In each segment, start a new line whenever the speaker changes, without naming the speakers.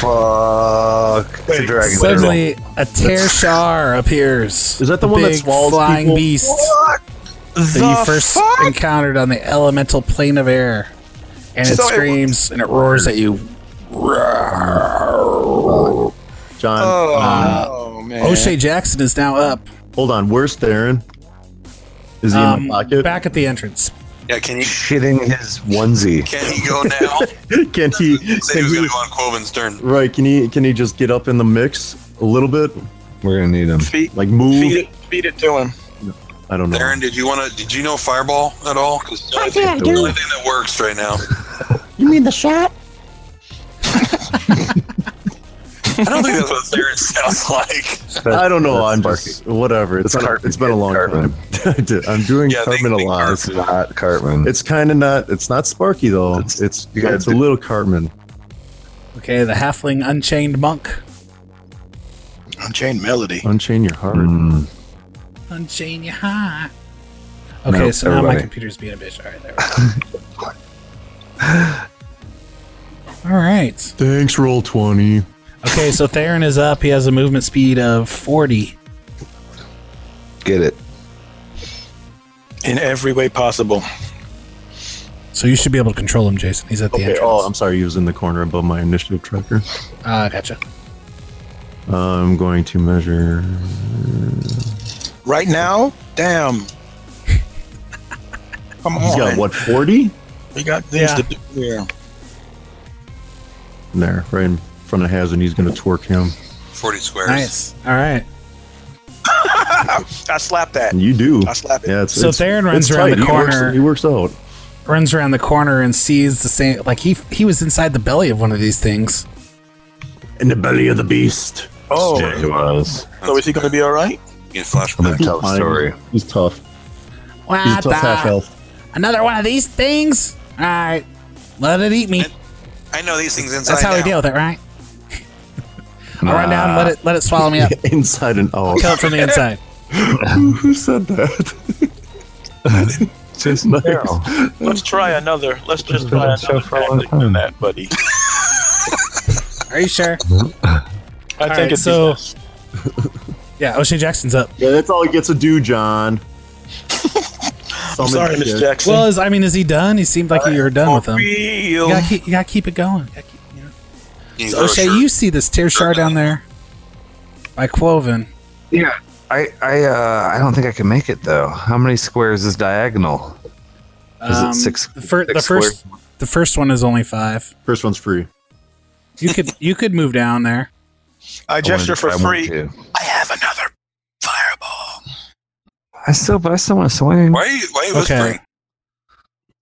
Fuck. It's a dragon turtle.
Suddenly, a Tershar appears.
Is that the
A
one that
big
swallows
flying
people?
beast that you first encountered on the elemental plane of air? And it
So it-
screams and it roars at you.
John,
Oh,
uh,
man.
O'Shea Jackson is now up.
hold on. Where's Theron? Is he in
Um,
my pocket?
back at the entrance.
Yeah, can he
Shitting his onesie.
can he go now?
can he?
Say he
Can
was gonna
he
go on Quoven's turn.
right? Can he? Can he just get up in the mix a little bit?
We're gonna need him.
Feed,
Like move?
feed it, feed it to him.
I don't know.
Darren, did you want to? Did you know Fireball at all? 'Cause it's the only thing- the only thing that works right now.
You mean the shot?
I don't think that's what Theron sounds like.
I don't know.
That's
I'm
Sparky.
just whatever. It's
It's
been,
Cartman.
it's been a long
Cartman.
time. I did- I'm doing
Yeah, they-
Cartman a
they
lot.
It's not Cartman.
It's kind of not. It's not Sparky though. It's it's,
you gotta
a
do-
little Cartman.
Okay, the halfling unchained monk.
Unchained Melody.
Unchain your heart.
Mm.
Unchain your high. Okay,
Nope,
so now my
everybody.
computer's being a bitch. All right, there. we go. All right.
Thanks. Roll twenty.
Okay, so Theron is up. He has a movement speed of 40.
Get it.
In every way possible.
So you should be able to control him, Jason. He's at the
Okay.
entrance.
Oh, I'm sorry. He was in the corner above my initiative tracker.
Ah, gotcha.
I'm going to measure.
Right now? Damn. Come
He's
on.
got what? Forty?
We got things
Yeah.
to do here.
There, right in front of Haz, and he's going to twerk him.
Forty squares.
Nice. All right.
I slapped that.
And you do.
I slap it.
Yeah. It's,
So
it's,
Theron runs
it's
around
tight.
the
He works-
corner.
He works, out.
Runs around the corner and sees the same. Like he he was inside the belly of one of these things.
In the belly of the beast.
Oh,
Yeah, he was.
so is he going to be all right?
You get
I'm gonna
flashback.
tell a story.
He's tough. He's a
What
tough half
the?
health.
Another one of these things. All right, let it eat me.
I know these things inside.
That's how we
now.
deal with it, right? I'll run down, let it let it swallow me up,
Inside and out.
kill it from the inside.
Who said that? Just nice.
Let's try another. Let's just
been
try
on show
another
for a long
tactic than that, buddy.
Are you sure?
I
All
think
right,
it's
so- Yeah, O'Shea Jackson's up.
Yeah, that's all he gets to do, John.
I'm sorry, Miss Jackson.
Well, is, I mean, is he done? He seemed like you were done with him. You
Real.
gotta keep, you gotta keep it going. You gotta keep- you know.
You
So
throw a
O'Shea,
shirt.
you see this tear shard down there by Quoven.
Yeah. I I uh I don't think I can make it though. How many squares is diagonal? Is it six-
Um, The, fir-
six
the first, the first one is only five.
First one's free.
You could you could move down there.
I gesture for
I want
free.
to.
I have another fireball.
I still but I still want to swing.
Why are you? Why are you
Okay.
whispering?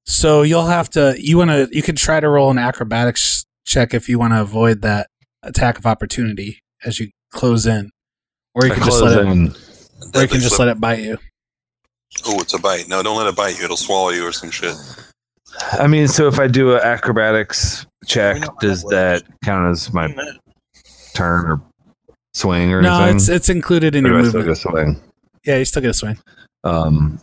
So you'll have to you want to you could try to roll an acrobatics check if you want to avoid that attack of opportunity as you close in, or you
I
can just let
close
it,
in.
or you can just let it bite you.
Oh, it's a bite. No, don't let it bite you. It'll swallow you or some shit.
I mean, so if I do an acrobatics
We
check,
know how
does
that
that count as my turn or swing or
No,
anything?
it's it's included in
Or
your
do I still get
movement.
a swing?
Yeah, you still get a swing.
Um,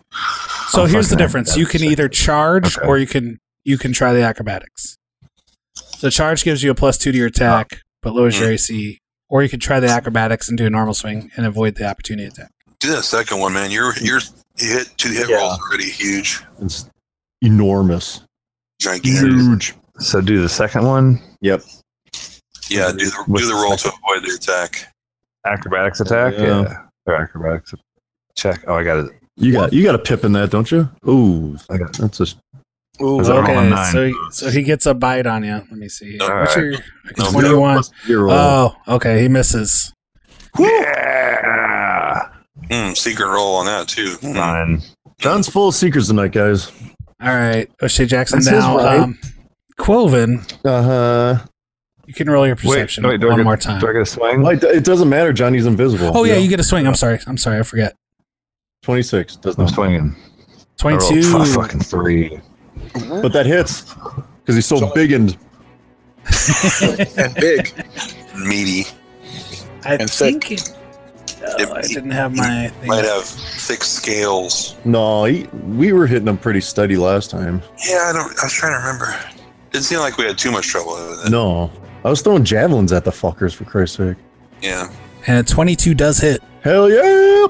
So
Oh,
here's the
fuck that.
difference: you can
That's-
either charge
Okay.
or you can you can try the acrobatics. So charge gives you a plus two to your attack, but lowers your AC. Or you could try the acrobatics and do a normal swing and avoid the opportunity attack.
Do that second one, man. You're you're you hit two hit
Yeah.
rolls already. Huge,
It's enormous.
gigantic.
Huge.
so do the second one
Yep.
Yeah, do the do the roll to avoid the attack.
acrobatics attack.
Oh, Yeah.
Yeah, or acrobatics check. Oh, I got it.
You got you got a pip in that, don't you? Ooh,
I got it.
that's a
Ooh,
Is it all
Okay,
on nine?
so he, so he gets a bite on you. Let me see.
All
What's
right.
your
No,
okay,
Uh,
twenty-one?
zero.
Oh, okay, he misses.
Yeah.
Mm, secret roll on that too.
Hmm.
Mm.
Nine.
John's full of secrets tonight, guys.
All right, O'Shea Jackson.
This is
now,
right.
um, Quoven,
Uh huh.
you can roll your
Wait,
perception
wait, do I
one
get-
more time.
Do I get a swing?
Well, it, it doesn't matter. Johnny's invisible.
oh yeah, you get a swing. I'm sorry. I'm sorry. I forget.
26. Does
I'm
not.
swinging. I rolled
Twenty-two.
a fucking three.
But that hits because he's so big and
and big.
Meaty.
I
And
think.
It-
Oh, I didn't have my. Thing.
Might have thick scales.
no, he, we were hitting him pretty steady last time.
Yeah, I don't. I was trying to remember. Didn't seem like we had too much trouble with it.
No, I was throwing javelins at the fuckers for Christ's sake.
Yeah.
And twenty-two does hit.
Hell yeah!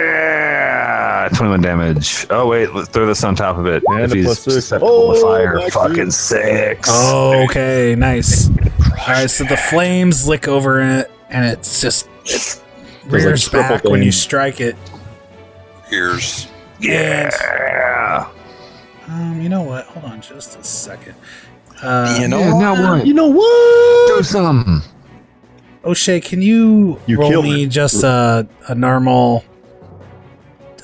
Yeah, 21 damage. Oh wait, let's throw this on top of it.
And
if
a
he's
plus six.
susceptible to
Oh,
fire,
that's
fucking
it.
six.
Oh, Okay, nice. All right, so the flames lick over it, and it's just it
like
rears
triple
back when
flame.
you strike it.
Ears.
yeah.
Um, you know what? Hold on, just a second. Uh,
You know,
yeah, now what?
You know
Do
what?
something.
O'Shea, can you,
You
roll
killed
me
it.
just a, a normal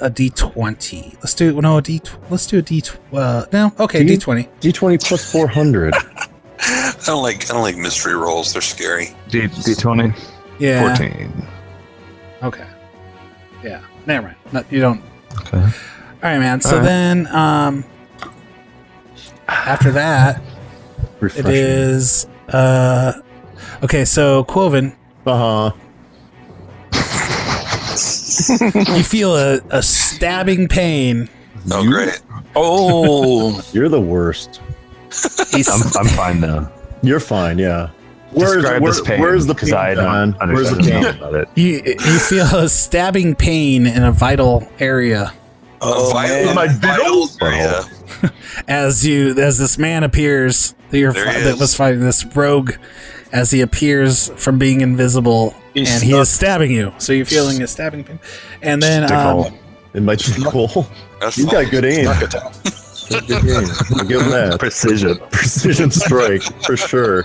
a D twenty? Let's do no a D. Let's do a D. tw- Uh, no, okay,
D-
D twenty.
D twenty plus four hundred.
I don't like. I don't like mystery rolls. They're scary.
D D20,
Yeah.
14.
Okay. Yeah. Never mind. No, you don't.
Okay.
All right, man. So
All right.
then, um, after that, it
Refreshing.
is uh, okay. So Quoven,
Uh huh.
you feel a, a stabbing pain.
Oh great.
Oh,
You're the worst.
He's-
I'm, I'm fine now.
You're fine. Yeah.
Describe this pain.
where's the
'cause
pain,
I
John?
don't
Where's the pain?
understand anything about it.
you you feel a stabbing pain in a vital area
oh
Vital-
man.
vital area.
as you as this man appears that you're
There
fi-
he
that
is.
was fighting this rogue as he appears from being invisible
He's
and he
stuck.
is stabbing you so you're feeling a stabbing pain and then
Stick
um,
hole.
In my tickle.
That's
You got good aim.
Knock it down.
Good aim. I'll give him that.
Precision.
Precision strike for sure.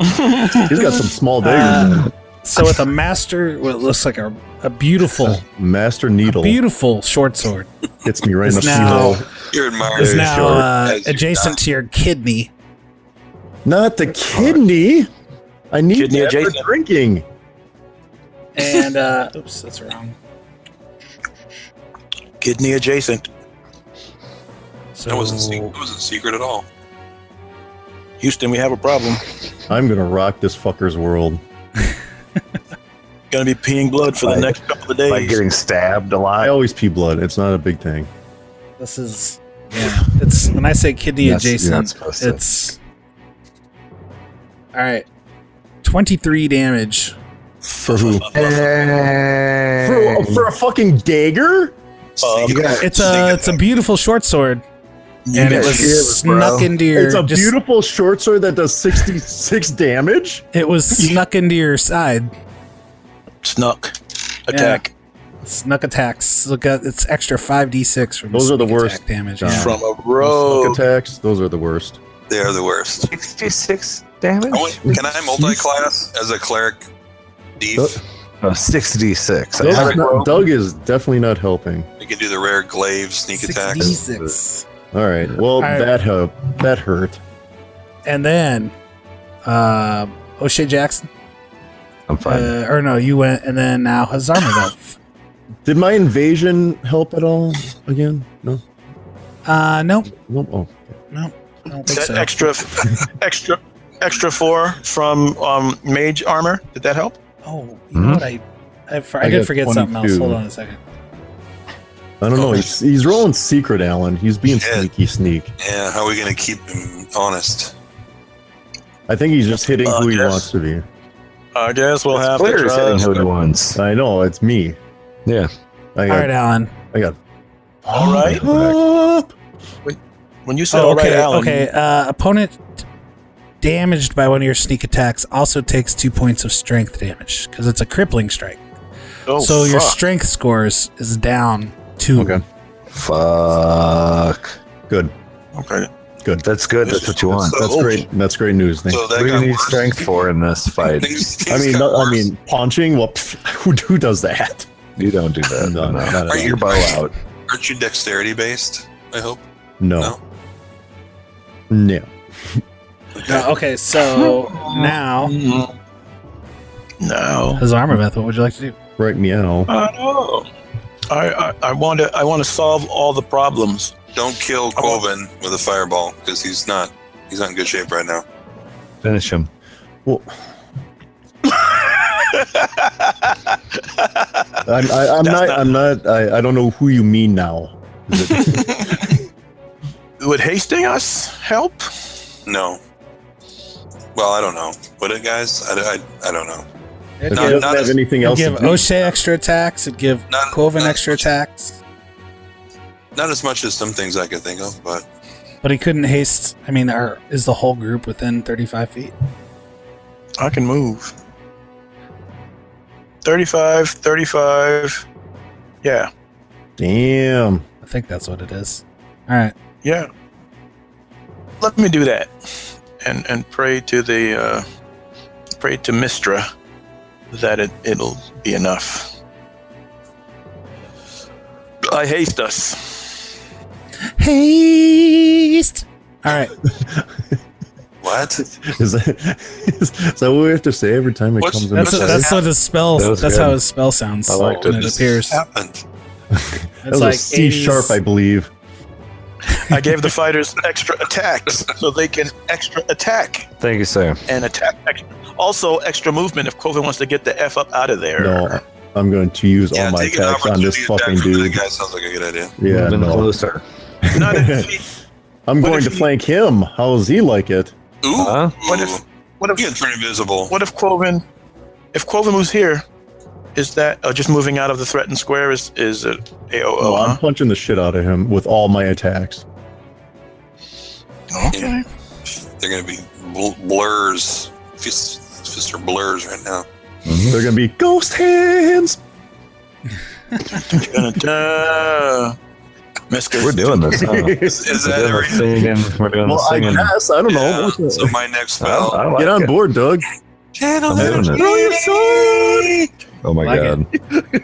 He's got some small daggers. in him.
so with a master what looks like a, a beautiful
Master needle
beautiful short sword
hits me right in
is
the
now
now.
You're admired.
is now
Sure.
uh,
As you
adjacent to your kidney
Not the kidney. I need
Kidney
that for
adjacent.
drinking.
and uh oops that's wrong
Kidney adjacent.
so
That wasn't
Oh.
secret. That wasn't secret at all.
Houston, we have a problem.
I'm gonna rock this fucker's world.
Gonna be peeing blood for the next couple of days.
Like getting stabbed a
I
lot.
always pee blood. It's not a big thing.
this is yeah it's when i say kidney
That's- you're not
adjacent
supposed to.
it's all right 23 damage
For who?
Hey.
For, for a fucking dagger?
Uh,
Secret.
it's a it's a beautiful short sword and it was snuck into your
It's a
just-
beautiful short sword that does 66 damage.
it was snuck into your side
snuck. Attack
snuck attacks look at it's extra 5d6 from
Those are the
sneak attack
worst,
damage
John.
yeah.
from a
Oh.
Sneak
rogue.
attacks. Those are the worst.
They are the worst.
66 damage?
I want- Can I multi-class as a cleric? Thief.
Uh,
Oh, 6d6.
Doug's
I-
not- Doug is definitely not helping.
I can do the rare glaive sneak attack.
6d6
All right. Well,
right.
that hu- that hurt.
and then uh O'Shea Jackson
I'm fine.
uh, or no you went and then now Hazarmavov
Did my invasion help at all again? No.
uh nope
No. Oh.
I don't think
That
so.
extra, extra, extra four from um, mage armor. Did that help?
Oh, you know
Mhm.
what? I, I, for- I
Hmm? I
did
got
forget something else.
22.
Hold on a second.
I
Oh,
don't know. He's, he's rolling secret, Alan. He's being
Yeah.
sneaky sneak.
Yeah. How are we gonna keep him honest?
I think he's just hitting
Uh,
who he
yes.
wants to be.
I guess we'll have
Players
to
hitting
try.
who he wants.
I know. It's me.
Yeah.
I
All
got.
right, Alan.
I got.
All right.
Up.
When you said
Oh,
all right,
okay.
Alan,
okay. Uh, opponent damaged by one of your sneak attacks also takes two points of strength damage because it's a crippling strike.
Oh,
so your
fuck.
strength scores is down two.
Okay.
Fuck.
Good.
okay.
That's good. That's what you want.
So-
That's
Oh.
great. That's great news. Nate.
So
What
that
do you
got
need
worse.
strength for in this fight?
Things,
I
things
mean,
got
no- I
worse.
mean, punching. Well, pff, who who does that? You don't do that. No, no, no.
Are
no.
you-
Your bow out.
Aren't you dexterity based? I hope.
No. No.
Uh, okay, so now
No.
his armor meth. What would you like to do?
Right meow.
I know. I, I, I want to I want to solve all the problems.
Don't kill Quoven with a fireball because he's not he's not in good shape right now.
Finish him.
Well, I'm, I, I'm
That's
not,
not-
I'm not. I, I don't know who you mean now. Is it-
Would hasting us help?
No. Well, I don't know. Would it, guys? I, I, I don't know.
It'd
if
No,
he
give,
doesn't
not
have
as-
anything
it'd
else
give
to do.
O'Shea extra attacks. It'd give
Not-
Quoven
not-
extra attacks.
Not as much as some things I could think of, but
But he couldn't haste. I mean, are, is the whole group within 35 feet?
I can move. 35, 35. Yeah.
Damn.
I think that's what it is. All right.
Yeah. Let me do that. And and pray to the uh, pray to Mistra that it, it'll be enough. I haste us.
Haste. All right.
what?
Is that, is, that what we have to say every time it
What's-
comes in?
That's,
That was
that's
good.
what his spell.
That was
That's
good.
how his spell sounds.
I liked
when
it.
it appears.
Happened.
That was
It's
a
like
C
80s.
sharp, I believe.
I gave the fighters extra attacks so they can extra attack
Thank you, sir.
and attack extra. Also, extra movement if Kovan wants to get the f up out of there.
No, I'm going to use
Yeah,
all my
take an
attacks on
opportunity
this
attack
fucking
from that
dude.
guy sounds like a good idea.
Yeah,
Moving
no.
closer.
Not if he,
I'm
What
going
if
to
he-
flank him. How does he like it?
Ooh.
Huh?
What if- what if
you can turn invisible?
What if Quoven, if Quoven moves here, is that uh, just moving out of the threatened square is is uh, it AOO?
Oh, I'm
huh?
punching the shit out of him with all my attacks.
Okay. They're gonna be bl- blurs. Fist, fists are blurs right now.
They're gonna be ghost hands.
Dun, dun. Mister,
We're doing this. Huh? We're
Is, is that
doing the
every?
singing. We're doing
well,
the
I
singing.
guess I don't know.
Yeah, so my next
I,
spell.
I like
Get on
it.
board, Doug.
Channel
I'm doing it. Oh my
Like
god.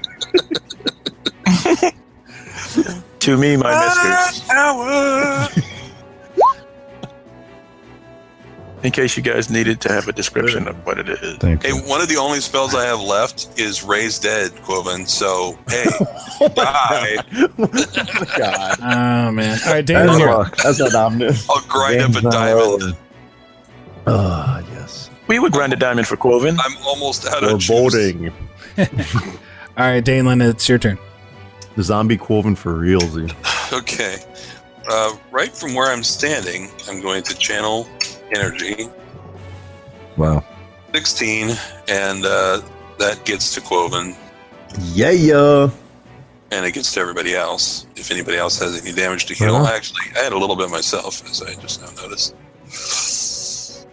to me, my
Ah!
miskers.
Ah! Power.
In case you guys needed to have a description of what it is.
Thank
Hey,
you.
one of the only spells I have left is Raise Dead, Quoven. So, hey, bye.
God,
Oh man. All
that's,
right, Daniel's here.
not, that's not ominous.
I'll grind up a diamond.
Ah, yes.
We would grind a diamond for Quoven.
I'm almost out
We're
of juice.
voting.
All right, Danelin, it's your turn.
The zombie Quoven for realsy.
Okay. Uh, right from where I'm standing, I'm going to channel energy
Wow.
16, and uh, that gets to Quoven,
Yeah, yeah.
and it gets to everybody else. If anybody else has any damage to heal,
Uh-huh.
actually, I had a little bit myself, as I just now noticed.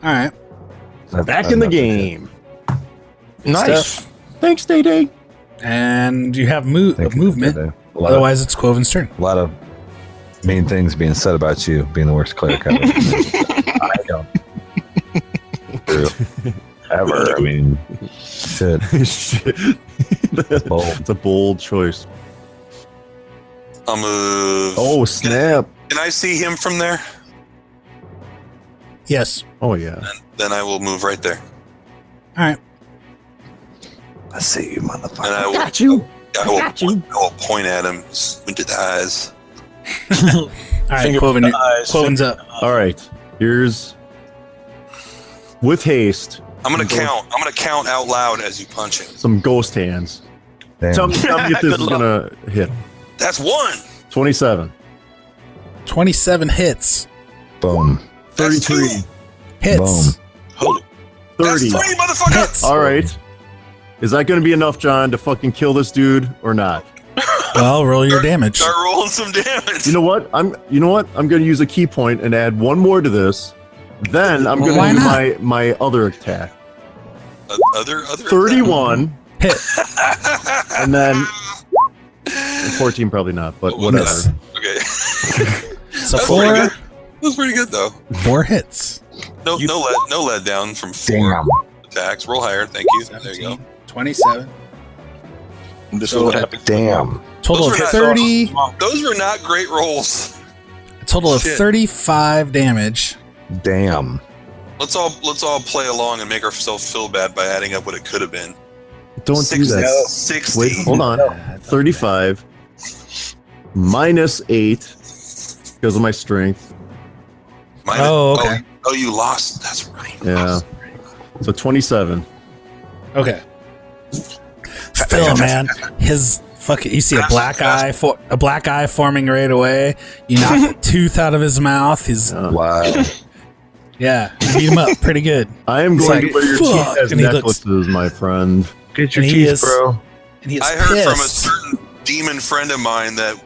All right.
That-
Back
that-
in the
that-
game.
Nice.
Thanks, Day Day.
And you have mo-
Thank you.
movement.
A lot,
Otherwise, it's Quoven's turn.
of, a lot of mean things being said about you being the worst cleric ever. I don't. True. Ever. I mean, shit.
Shit.
Bold.
It's a bold choice.
I'll move.
Oh, snap.
Can I see him from there?
Yes.
Oh, yeah.
Then I will move right there.
All right.
I see you, motherfucker.
And I will,
Got you.
I will,
Got you.
I will point at him, squinted eyes.
All right,
Finger
Quoven.
eyes.
Quoven's up.
All right. Here's. With haste,
I'm gonna
Okay.
count. I'm gonna count out loud as you punch him.
some ghost hands.
Damn.
Tell me, tell me if this
Good
is going to hit.
That's one.
27.
27 hits.
Boom.
That's two.
33.
Hits.
Holy- That's
30.
three, motherfucker.
Hits.
All right. Is that going to be enough, John, to fucking kill this dude or not?
Well, roll your damage.
Start rolling some damage.
You know what? I'm. You know what? I'm going to use a key point and add one more to this. Then I'm going
Why
to do
not?
my my other attack.
O- other, other.
31,
Hit.
and then 14 probably not, but whatever.
Miss.
Okay.
So
That's pretty
four,
good. That's pretty good though.
four hits.
No,
You-
no let, no let down from four
Damn.
attacks. Roll higher. Thank you. There you go.
27.
And this is what happened.
Damn.
Total of
Those are not-
thirty.
Those were not great rolls.
Total of
Shit.
thirty-five damage.
Damn.
Let's all let's all play along and make ourselves feel bad by adding up what it could have been.
Don't
Six-
do that.
60.
Wait, hold on. 35 minus 8 because of my strength.
Minus-
Oh, okay.
oh, oh, you lost. That's right. you
Yeah.
lost.
So 27.
Okay. Still, man, his fucking. You see a black eye, for, a black eye forming right away. You knock a tooth out of his mouth. He's
Yeah.
Wow.
yeah, beat him up pretty good.
I am
It's
going
like,
to wear your
fuck,
teeth as
and he looks-
necklaces, my friend.
Get your
And he
teeth,
is-
bro.
And he is
I heard from a
pissed.
certain demon friend of mine that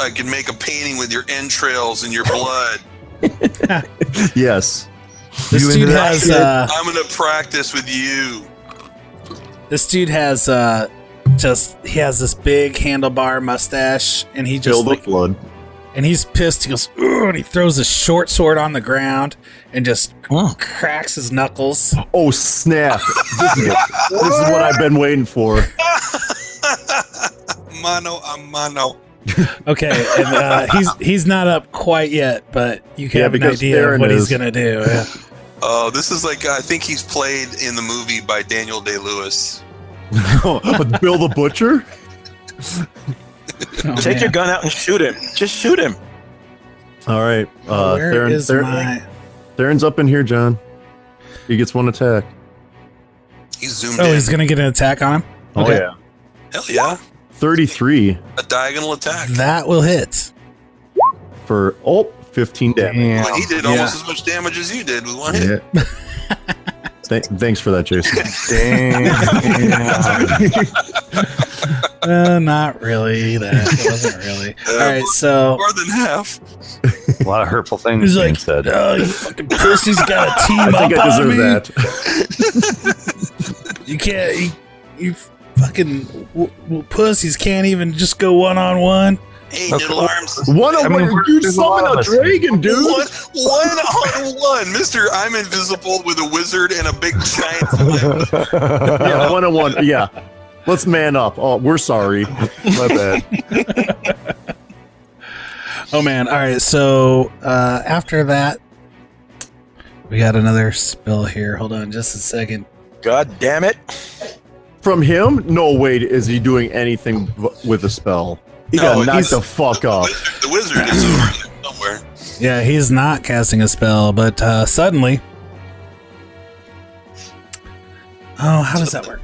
I could make a painting with your entrails and your blood.
Yes.
This
You
dude
into
has uh,
I'm gonna practice with you.
this dude has uh, just he has this big handlebar mustache, and he just
Filled
like,
with blood.
and he's pissed. He goes, "Ugh," and he throws his short sword on the ground and just cracks his knuckles.
Oh, snap. this, is, this is what I've been waiting for.
mano a mano.
Okay, and, uh, he's he's not up quite yet, but you can
Yeah,
have an
because
idea of
Theron
what he's
is.
gonna do. yeah.
Oh, this is like uh, I think he's played in the movie by Daniel Day Lewis.
With Bill the Butcher?
Oh,
Take
man.
your gun out and shoot him. Just shoot him.
All right. Uh,
Where
Theron,
is
Theron-
my?
Theron's up in here, John. He gets one attack.
He's zoomed
Oh,
in.
he's gonna get an attack on him.
Oh,
Okay.
yeah.
Hell yeah,
33
a diagonal attack.
That will hit.
for, oh, 15 damage.
Well,
Damn.
he did almost as much damage as you did with one hit.
Yeah. Th- thanks for that, Jason.
Damn.
Uh, not really. That it wasn't really. All right, so
More than half.
a lot of hurtful things
he's
being
like,
said.
"Oh, you fucking pussy's got a team
I
up
think I
on
deserve
me.
that.
You can't. You, you fucking w- w- pussies can't even just go one on one.
Hey, little arms.
One
I
on
mean,
one,
we're-
dude,
there's a lot
summon
of
a
us.
dragon, dude.
One, one on one, Mister. I'm invisible with a wizard and a big giant. flip.
Yeah, one on one. Yeah. Let's man up. Oh, we're sorry. My bad.
Oh man! All right, so uh, after that, we got another spell here. Hold on, just a second.
God damn it.
From him, no way is he doing anything v- with a spell. He
No,
got
it
knocked
is-
the fuck
The
off.
wizard, the wizard is over there somewhere.
Yeah, he's not casting a spell, but uh, suddenly. Oh, how does that work?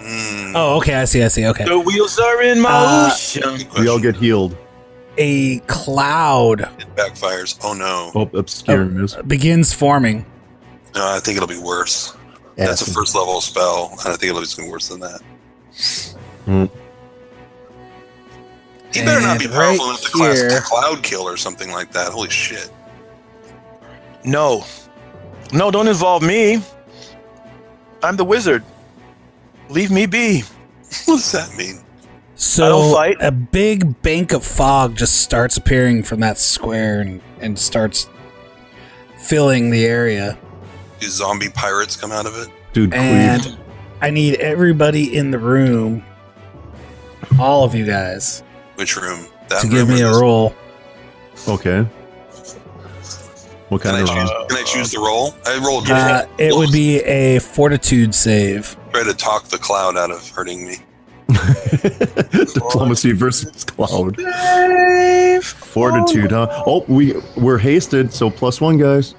Mm,
Oh, okay, I see, I see. Okay.
The wheels are in
Uh,
motion.
We all get healed.
A cloud
it backfires. Oh no.
Oh, obscure miss.
begins forming.
No, I think it'll be worse. That's a first level spell, and I think it'll be something worse than that.
Hmm.
He better not be
And
powerful
right
enough to class
here-
Cloud Kill or something like that. Holy shit.
No. No, don't involve me. I'm the wizard. Leave me be.
What does that mean?
So
I don't fight.
a big bank of fog just starts appearing from that square and, and starts filling the area.
Do zombie pirates come out of it?
Dude,
And
queefed.
I need everybody in the room, all of you guys,
Which room? That
to give
room or
me a
this-
roll.
Okay. What
Can I,
kind
choose,
of.
can I choose the roll? I rolled
Uh, it would be a fortitude save.
try to talk the cloud out of hurting me.
Diplomacy versus cloud. Fortitude, huh? Oh, we we're hasted, so plus one, guys.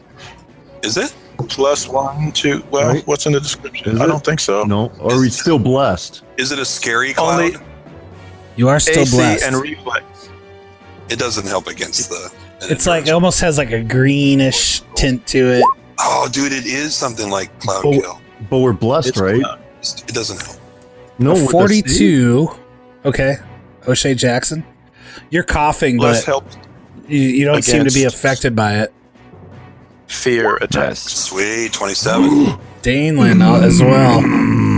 Is it?
Plus one, two. Well,
Right.
what's in the description?
Is
I
it?
don't think so.
No, are we still blessed?
Is it a scary cloud?
Only
You are still
AC
blessed.
and reflex.
it doesn't help against the.
it's like it almost has like a greenish tint to it.
oh, dude, it is something like Cloud
Oh.
Kill.
But we're blessed,
It's uh,
right?
not.
It doesn't help.
Oh,
No, with the seed?
Forty-two. Okay, O'Shea Jackson, you're coughing,
Less
but
help.
you, you don't seem to be
against-
affected by it.
Fear attacks.
Sweet, 27.
Daneland uh, as well.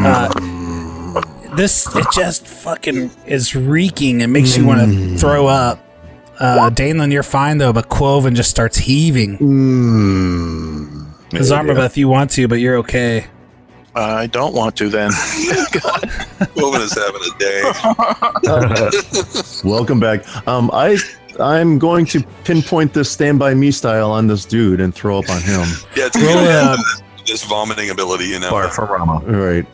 Uh, this it just fucking is reeking. It makes you want to throw up. Uh, Daneland, you're fine though, but Quoven just starts heaving.
Uh,
Zarmabeth, you want to, but you're okay.
I don't want to then.
Cloven is having a day.
Welcome back. Um, I I'm going to pinpoint this Stand By Me style on this dude and throw up on him.
Yeah, it's
Roll
gonna
a,
end this vomiting ability, you know.
Barfarama.
All right.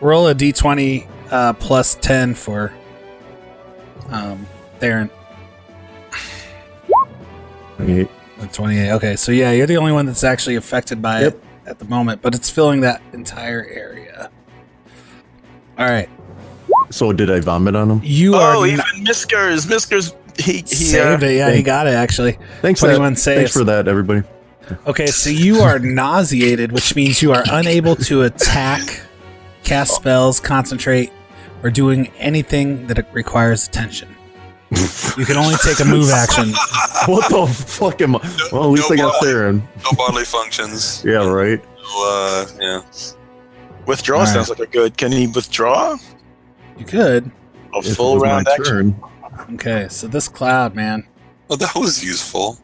roll a d20 uh, plus 10 for um, Theron.
Okay.
A 28. Okay, so yeah, you're the only one that's actually affected by
Yep.
it at the moment, but it's filling that entire area. All right.
So did I vomit on him?
You are
Oh, even
not-
Miskers, Miskers, he he
saved
uh,
it. Yeah, he
thank-
got it actually.
Thanks.
21
That,
saves.
thanks for that, everybody.
Okay, so you are nauseated, which means you are unable to attack, cast spells, concentrate, or doing anything that requires attention. You can only take a move action.
What the fuck am I? Well, at least
no
I got
bother.
Theron.
No bodily functions.
Yeah, right.
So, uh, yeah.
withdraw
Alright.
sounds like a good. Can he withdraw
You could.
a
If it
full
was my
round action?
turn.
Okay, so this cloud, man.
Well, Oh, that was useful.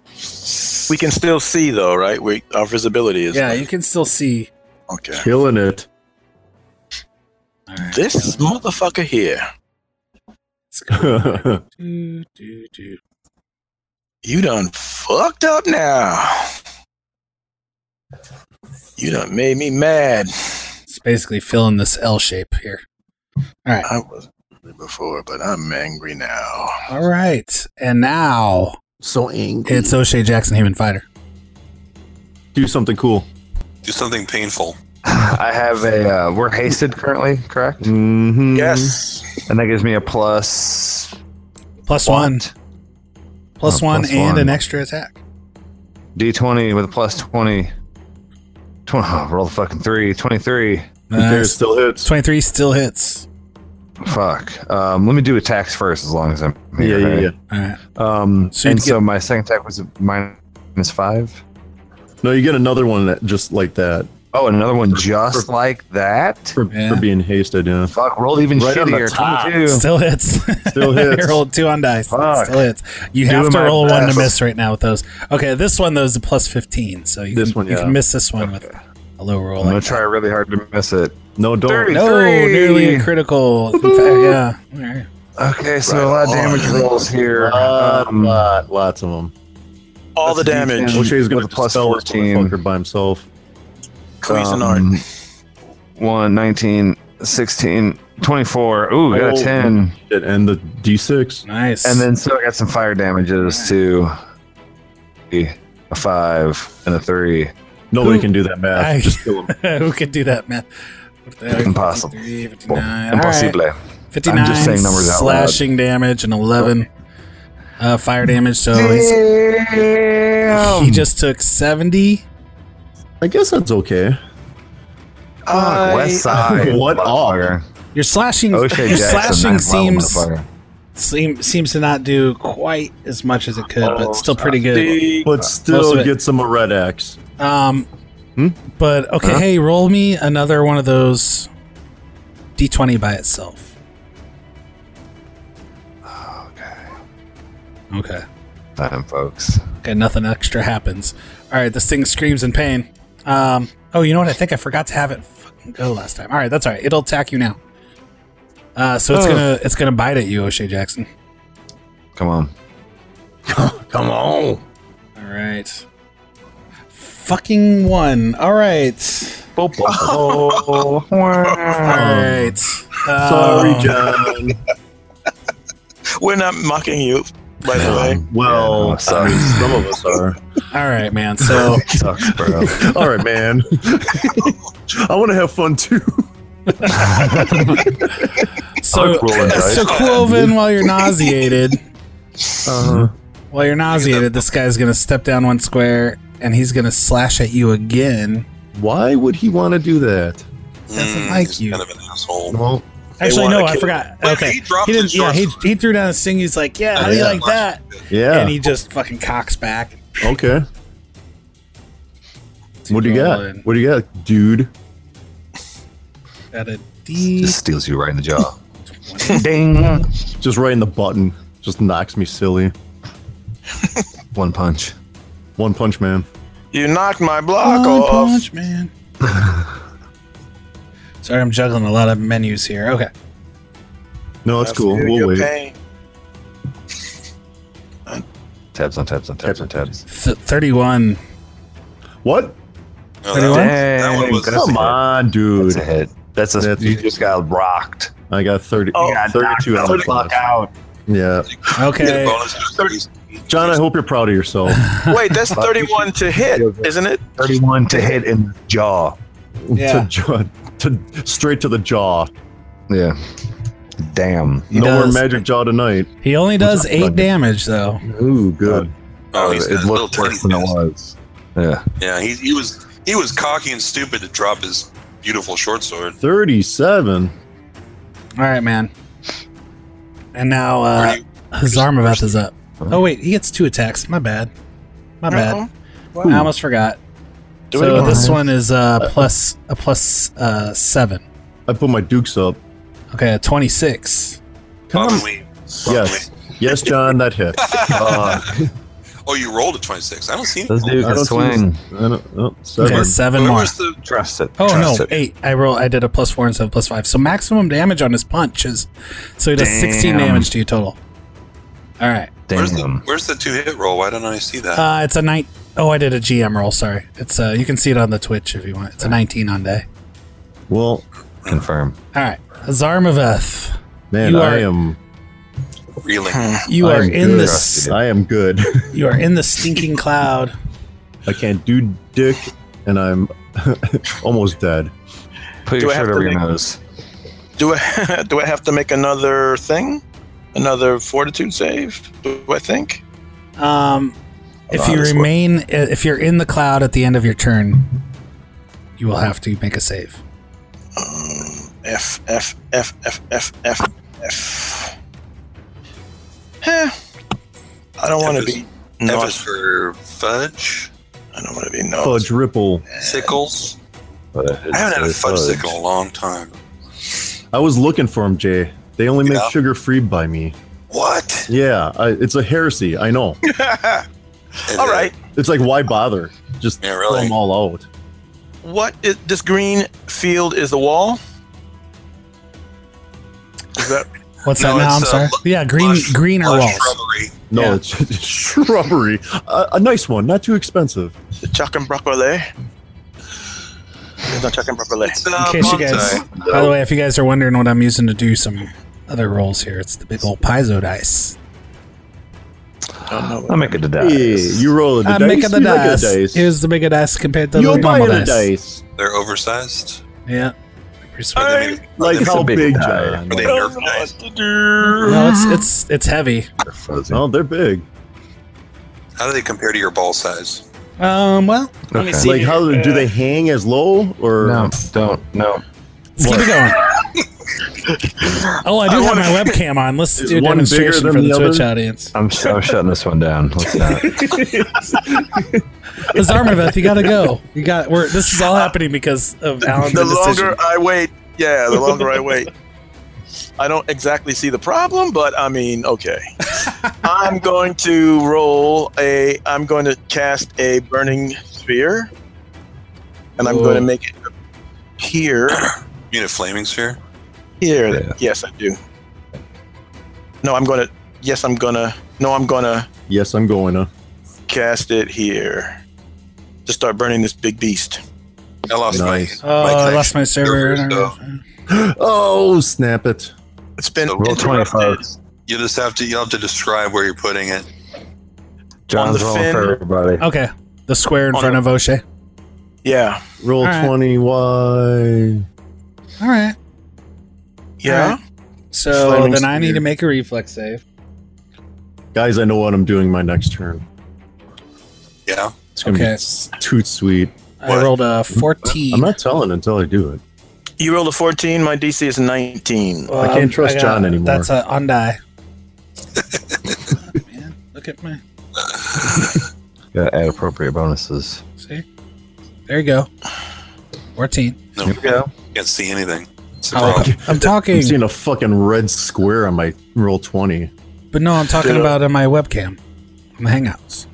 We can still see though, right? We our visibility is
Yeah, you can still see.
okay.
Killing it.
This motherfucker here,
Let's go.
All
do, do, do.
you done fucked up now. You done made me mad.
It's basically filling this L shape here.
I was angry before, but I'm angry now.
All right, and now
So angry.
it's O'Shea Jackson, human fighter.
Do something cool.
Do something painful.
I have a. Uh, we're hasted currently, correct?
Mm-hmm.
Yes.
And that gives me a plus.
Plus one, plus
Oh,
one,
plus
and
one.
an extra attack.
D20 with a plus 20. 20 oh, roll the fucking three. 23.
There
Nice.
still hits.
23 still hits.
Fuck. Um, let me do attacks first as long as I'm
Yeah,
here.
yeah, yeah.
All right.
Um,
So you'd
and
get-
so my second attack was a minus five.
No, you get another one that just like that
Oh, another one
For-
just
for-
like that.
for,
Yeah.
for being hasted. Yeah.
Fuck, rolled even
Right on the
shittier.
top.
22.
Still hits.
Still hits.
you rolled two on dice.
Fuck.
Still hits. You
Doing
have to
my
roll one
best.
to miss right now with those. Okay, this one though is a plus fifteen, so you
This
can,
one,
you
yeah.
can miss this one with a low roll.
I'm going
like
to try really hard to miss it.
No, don't.
that.
Thirty.
No,
Three.
nearly a critical. In fact, yeah. All right.
Okay, so a lot of damage rolls here.
Lot,
Um,
lot, Uh, lots of them.
All the damage.
decent.
O'Shea's gonna
With a plus
dispel this
14.
motherfucker by himself.
Cuisinart.
um, one, 19, 16, 24. Ooh, got
Oh.
a 10.
Shit, and the D6.
Nice.
And then so I got some fire damages too. A five and a three.
Nobody
Who-
can do that math.
I-
Just kill him.
who could do that, man? What the heck?
Impossible.
53, 59. All right.
Impossible.
59
I'm just saying numbers out loud.
slashing damage and 11 uh, fire damage. So he's,
Damn.
he just took 70.
I guess that's okay.
Fuck, West Side.
What
motherfucker.
Your slashing,
O'Shea
your slashing
Jackson, that wild
seems
motherfucker.
seem, seems to not do quite as much as it could, but still pretty good.
The-
But
most of
still
it-
gets him a red X.
Um,
Hmm?
but okay,
Huh?
hey, roll me another one of those d20 by itself. Okay.
Time, folks.
Okay, nothing extra happens. All right, this thing screams in pain. Um, oh, you know what? I think I forgot to have it fucking go last time. All right, that's all right. It'll attack you now. Uh, so it's gonna it's gonna bite at you, O'Shea Jackson.
Come on.
Come on.
All right. Fucking one. All right.
Oh,
All right.
Sorry,
Um,
John.
We're not mocking you, by
Um,
the way.
well,
Yeah, sorry.
some of us are.
All right, man. So
Sucks, bro.
All right, man. I want to have fun too.
so
Cool and dice.
so Quoven, while you're nauseated, Uh-huh. while you're nauseated, this guy's gonna step down one square and he's gonna slash at you again.
Why would he want to do that?
Doesn't
Mm,
like
he's
you.
Kind of an asshole.
Well,
Actually, no,
wanna kill
I
him.
forgot.
Wait,
okay,
he dropped
didn't.
his
Yeah, he,
shorts.
he threw down his thing. He's like, yeah, how do you
Yeah.
like that?
yeah.
And he just fucking cocks back.
okay. What do you got? What do you got, dude?
Got a D.
Just steals you right in the jaw. Ding.
Just right in the button. Just knocks me silly.
One punch.
One punch man.
You knocked my block off.
man. Sorry, I'm juggling a lot of menus here. Okay.
No, it's
Have
cool.
to do
We'll
your
wait.
pay.
Tabs on tabs on tabs on tabs.
Th- 31.
What?
No,
Anyone?
that,
Dang,
one was-
that's a
Come
hit.
on, dude.
That's a hit. That's a.
That's-
you just got rocked.
I got 30,
Oh,
you got 32
Knocked the
hours.
clock
left.
out.
Yeah.
you get a
Okay.
bonus just
Thirty-
based-
John, I hope you're proud of yourself.
Wait, that's
But you
31 to hit, isn't it?
Thirty-one to hit in the jaw.
Yeah.
to, jaw- to straight to the jaw.
Yeah. Damn.
He,
no
does,
more magic jaw tonight.
he only does
What's up,
8
buddy?
damage, though.
Ooh, good.
Oh, he's
it
got little
looked worse
tiny
than it
guys.
was. Yeah.
Yeah, he, he was he was cocky and stupid to drop his beautiful short sword.
37.
All right, man. And now uh,
Already-
his armor about is up. Oh, wait. He gets two attacks. My bad. My bad.
Uh-oh.
I almost forgot.
Do it
so
again.
this one is uh, plus a plus uh, seven.
I put my dukes up.
Okay, a twenty-six.
Bob Lee. Bob
Yes.
Lee.
Yes, John, that hit.
Oh, you rolled a twenty-six. I don't see.
Let's do
I
a
don't
swing.
see- I don't, oh, seven.
Okay, seven
Where
more.
was the-
Trust it.
Oh
Trust
no,
It.
eight. I roll. I did a plus four instead of plus five. So maximum damage on his punch is. So he does sixteen
Damn.
damage to you total. All right.
where's the
Damn.
where's the two hit roll? Why don't I see that?
Uh, it's a nine oh I did a GM roll. Sorry. It's uh, you can see it on the Twitch if you want. It's a nineteen on day.
Well,
Confirm.
All right, Zarmaveth,
man,
You are-
I am
Reeling.
you
I
are
am
in
good.
this.
I am good.
You are in the stinking cloud.
I can't do dick, and I'm almost dead.
Put
Do I
your
have to
shirt over your
make-
nose.
Do I do I have to make another thing? Another fortitude save? Do I think?
Um, if
on,
you
this one.
remain, uh, if you're in the cloud at the end of your turn, you will have to make a save.
F F F F F F F. Eh. I don't want to
F is-
be.
F
Naught.
is for fudge,
I don't want to be naught.
Fudge ripple.
sickles.
But
I haven't had a
it's
fudge sickle in a long time.
I was looking for him, Jay. They only make
Yeah.
sugar free by me.
What?
Yeah, I, it's a heresy. I know.
All right.
It's like why bother? Just
Yeah,
throw
really.
them all out.
What is this green field? Is the wall? Is that
What's
No,
that now?
it's,
I'm
uh,
sorry.
lush-
yeah, green,
lush-
green or
Lush
walls.
shrubbery.
No,
Yeah.
it's just shrubbery. A, a nice one, not too expensive.
the chuck and broccoli? It's not chuck and broccoli.
It's, uh,
In case you guys,
bonsai.
by the way, if you guys are wondering what I'm using to do some other rolls here, it's the big old piezo dice.
I'll make it to die.
Hey, you roll the
I'm
dice.
making Uh, the
you make a
dice. Here's the bigger dice compared to the
You're
little
buying
normal
a
dice.
dice.
They're oversized.
Yeah. Pretty sweet.
Are they made of-
Like
It's
how
a big
big,
die.
John?
Are they
Like-
nerf dice?
No, it's it's it's heavy.
Fuzzy.
oh, they're big.
How do they compare to your ball size?
Um, well, let me
Okay.
see.
Like how do they hang as low or
No, don't. No.
Let's keep it going. oh, I do have my webcam on. Let's
Is
do a
one bigger
demonstration
than
for the,
the other?
Twitch audience.
I'm, sh- I'm shutting this one down. Let's not.
Zarmaveth, you gotta go. You got. We're this is all happening because of Alan's
the
decision.
longer I wait, yeah, the longer I wait. I don't exactly see the problem, but I mean, okay. I'm going to roll a. I'm going to cast a burning sphere, and I'm
Whoa.
going to make it appear
You need a flaming sphere?
here.
Yeah.
Yes, I do. No, I'm going to. Yes, I'm going to. No, I'm going to
Yes, I'm going to.
cast it here. To start burning this big beast.
I lost
Nice.
my.
Oh,
my
I
connection.
lost my server.
So-
Oh, snap it.
It's been
So
Roll 20,
interrupted.
folks.
You just have to. You have to describe where you're putting it.
John's
the
rolling
fin.
for everybody.
Okay, the square in
Oh,
front
no.
of O'Shea.
Yeah.
Roll
All right.
20 wide.
All right.
Yeah.
So
Flaming
then I
spear.
need to make a reflex save.
Guys, I know what I'm doing my next turn.
Yeah.
It's going to
Okay.
be s- too sweet.
I
What?
rolled a
I'm
14.
not telling until I do it.
You rolled a 14. My DC is 19.
Well,
I can't trust
Um, got-
John anymore.
That's an undie. Man, look at my.
Gotta add appropriate bonuses.
See? There you go. 14.
No. Can't see anything. It's a
Oh,
problem.
I'm talking,
I'm seeing a fucking red square on my roll 20.
but no, I'm talking about on my webcam on the Hangouts.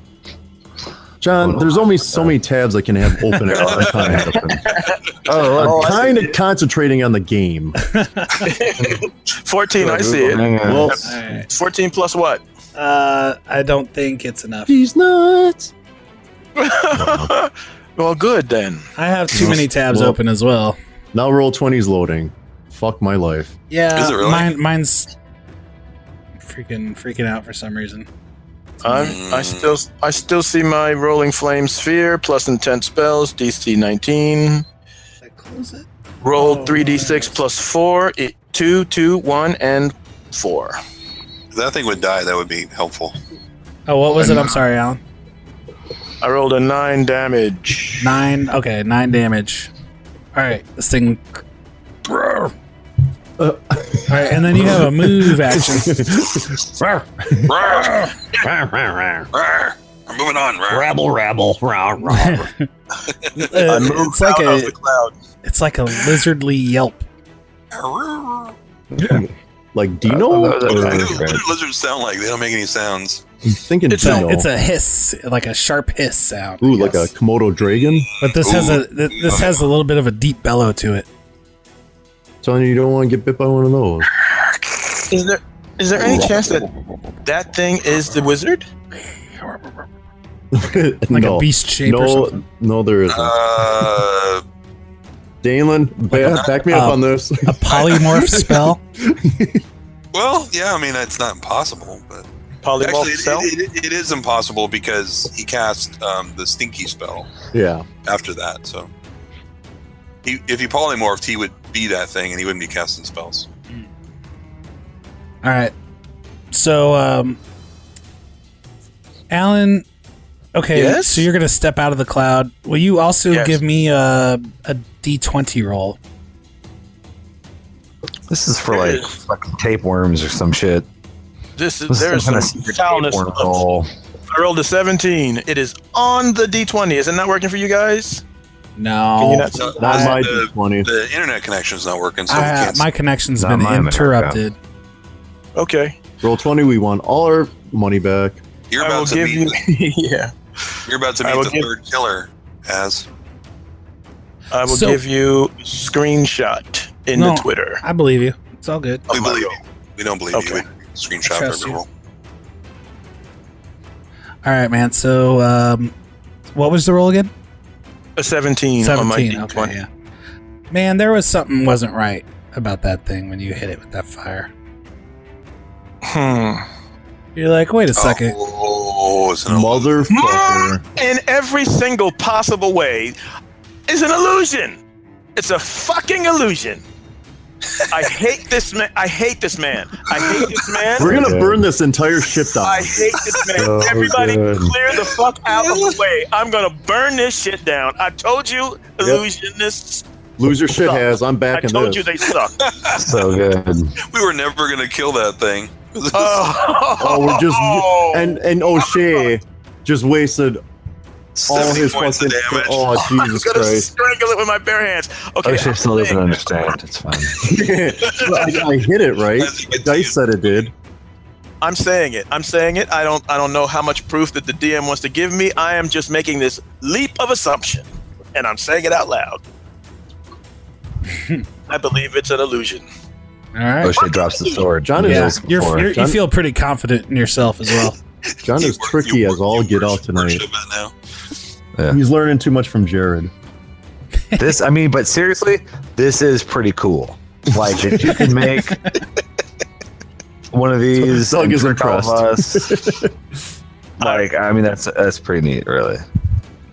John, there's only so many tabs I can have open at one time.
Oh,
I'm
I see.
kind of concentrating on the game.
14, I see it.
Hang on.
Well,
All right.
14 plus what?
Uh, I don't think it's enough.
these nuts.
well, good then.
I have too many tabs
Well-
open as well.
Now roll 20s loading. Fuck my life.
Yeah,
Is it really?
mine, mine's freaking freaking out for some reason.
I'm, I
Mm.
still I still see my rolling flame sphere plus intense spells DC 19.
Did I close it?
Rolled
Oh,
3d6
nice.
plus 4, it, 2, 2, 1, and 4.
If that thing would die, that would be helpful.
Oh, what was it? I'm sorry, Alan.
I rolled a 9 damage.
Nine. Okay, nine damage. All right, this thing. All right, and then you have a move action.
Rawr, rawr. We're moving on. Rawr.
rabble, rabble, rah, rah.
Uh,
I moved
it's like
out
a
of the cloud.
it's like a lizardly yelp.
Rawr.
Like Dino?
Uh,
Or-
What
Okay.
do- what do lizards sound like? They don't make any sounds.
I'm thinking
It's
Dino.
a, it's a hiss, like a sharp hiss sound. I
Ooh, like a
guess.
Komodo dragon?
But this has a th- this has a little bit of a deep bellow to it.
Telling you you don't want to get bit by one of those.
Is there is there any chance that that thing is the wizard?
Like
no.
a beast shape or something.
No, no, there isn't.
Uh,
Dalen, back, back me up
uh,
on this.
A polymorph spell.
well, yeah. I mean, it's not impossible, but
Polymorph
actually,
cell?
it, it, it, it is impossible because he cast um, the stinky spell
yeah.
after that. So, he, if he polymorphed, he would be that thing, and he wouldn't be casting spells.
All right. So, um, Alan. Okay,
Yes?
so you're gonna step out of the cloud. Will you also
Yes.
give me a a D twenty roll?
This is for like fucking tapeworms or some shit.
This is
This
there is some
some kind of secret
foulness.
tapeworm roll.
I rolled a 17. It is on the d20. Is it not working for you guys?
No.
Can you not
So,
Not
uh,
my
the,
20.
the internet connection's not working, so
I-
we can't.
my connection's
Not
been
mine, but okay.
interrupted.
Okay.
Roll 20, we want all our money back.
you're
I will
about to
give
meet.
you Yeah.
You're about to
I
meet
will
the
give-
third killer. As
I will
So-
give you screenshot in
No.
the Twitter.
I believe you. It's all good.
we believe you, we don't believe you.
Okay.
We screenshot
Trust
every
you.
roll.
All right, man. So, um, what was the roll again?
A 17, on my
Seventeen.
d20.
Okay, yeah. Man, there was something wasn't right about that thing when you hit it with that fire.
Hmm.
You're like, wait a second.
Oh, it's an
Motherfucker.
In every single possible way is an illusion. It's a fucking illusion. I hate this man. I hate this man. I hate this man.
We're going to
Okay.
burn this entire ship
I
down.
hate this man.
So
Everybody,
good.
clear the fuck out of the way. I'm gonna burn this shit down. I told you, illusionists.
Lose your shit has. I'm
I
back in
told
this.
you they suck.
So good.
We were never gonna kill that thing.
Oh,
Oh, we're just and and O'Shea just wasted all
70
his
points
fucking.
of damage.
Oh
I'm
Jesus
gonna
Christ!
strangle it with my bare hands. Okay.
Oh, she still doesn't understand. It's fine.
I, I hit it right.
I think
The
it's
dice said it did.
I'm saying it. I'm saying it. I don't. I don't know how much proof that the DM wants to give me. I am just making this leap of assumption, and I'm saying it out loud. I believe it's an illusion.
All right.
O'Shea drops the sword.
John is-
yeah,
Just
you're,
before.
you're, you
John-
feel pretty confident in yourself as well.
John is
You wor-
tricky
you
as
wor-
all
you
get
wor-
out tonight.
worship it now.
He's learning too much from Jared.
this i mean but seriously this is pretty cool like if you can make one of these
Doug
and
is
trick all of
impressed.
us, like i mean that's that's pretty neat really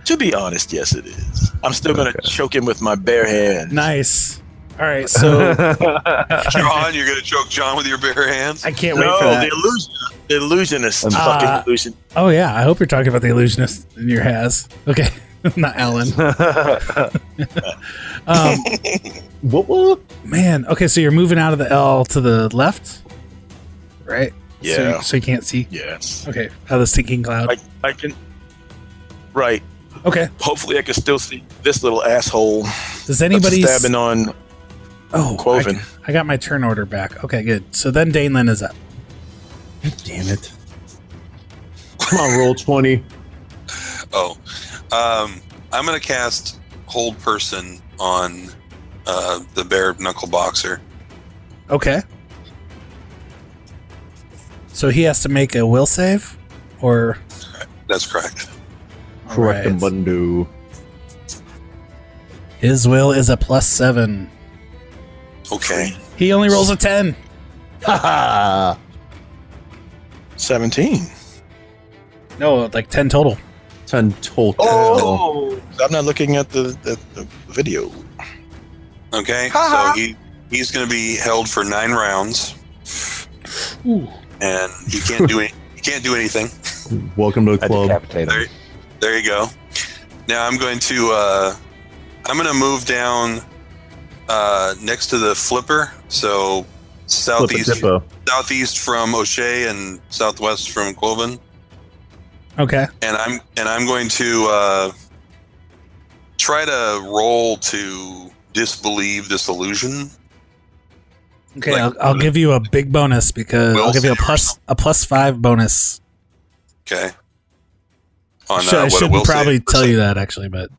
To be honest, yes, it is. I'm still gonna choke him with my bare hand.
nice. All right, so
John, you're gonna choke John with your bare hands.
I can't wait
no,
for
the
that.
illusion, the illusion is
Uh,
fucking illusion.
Oh yeah, I hope you're talking about the illusionist in your has. Okay, not Alan. Um,
What? what?
man, okay, so you're moving out of the L to the left, right? So,
Yeah.
you- so you can't see.
Yes,
Okay, out of the sinking cloud.
I, I can. Right.
Okay.
Hopefully, I can still see this little asshole
Does
that's
anybody? s-
stabbing on
oh,
Quoven.
I, I got my turn order back. Okay, good. So then Danelin is up.
Damn it! Come on, roll twenty.
Oh, um, I'm gonna cast Hold Person on uh, the Bare Knuckle Boxer.
Okay. So he has to make a will save, or
That's correct.
Correct
Alright.
Bundu.
his will is a plus seven.
Okay.
He only rolls a ten.
Ha ha!
17.
No, like ten total.
Ten total.
Oh, I'm not looking at the, at the video.
Okay.
Ha ha.
So he he's gonna be held for nine rounds, and he can't do any, he can't do anything.
Welcome to the
I
club.
decapitate him.
There you go. Now I'm going to uh, I'm going to move down uh, next to the flipper, so
Flip a
southeast
dippo.
southeast from O'Shea and southwest from Quoven,
Okay.
and I'm and I'm going to uh, try to roll to disbelieve this illusion.
Okay,
Like-
I'll, I'll give you a big bonus because
Will
I'll give you a
save or
plus a plus five bonus.
Okay. On,
Should-
uh,
I
what it
should
will say.
probably tell you that actually, but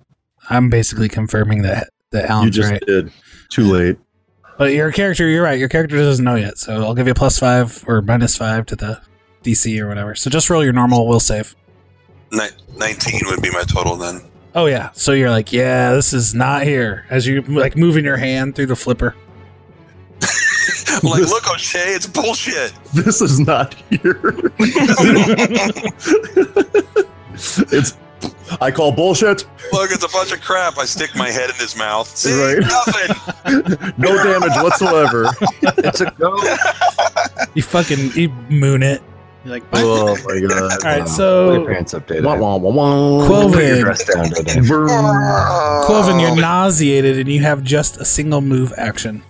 I'm basically confirming that that
You
Alan's
just
right.
did. Too late.
But your character, you're right. Your character doesn't know yet, so I'll give you a plus five or minus five to the DC or whatever. So just roll your normal will save.
Ni- nineteen would be my total then.
Oh yeah. So you're like, yeah, this is not here. As you like moving your hand through the flipper.
I'm like, look, O'Shea, it's bullshit.
This is not here. it's. I call bullshit.
Look, it's a bunch of crap. I stick my head in his mouth. See,
Right.
nothing.
No damage whatsoever.
It's a go.
You fucking you moon it. You're like, all
oh my god.
right.
Put your
So
pants up, Dave.
Wah, wah, wah, wah.
Quilvin.
Put your dress down, Dave.
Vroom.
Quoven, you're nauseated and you have just a single move action.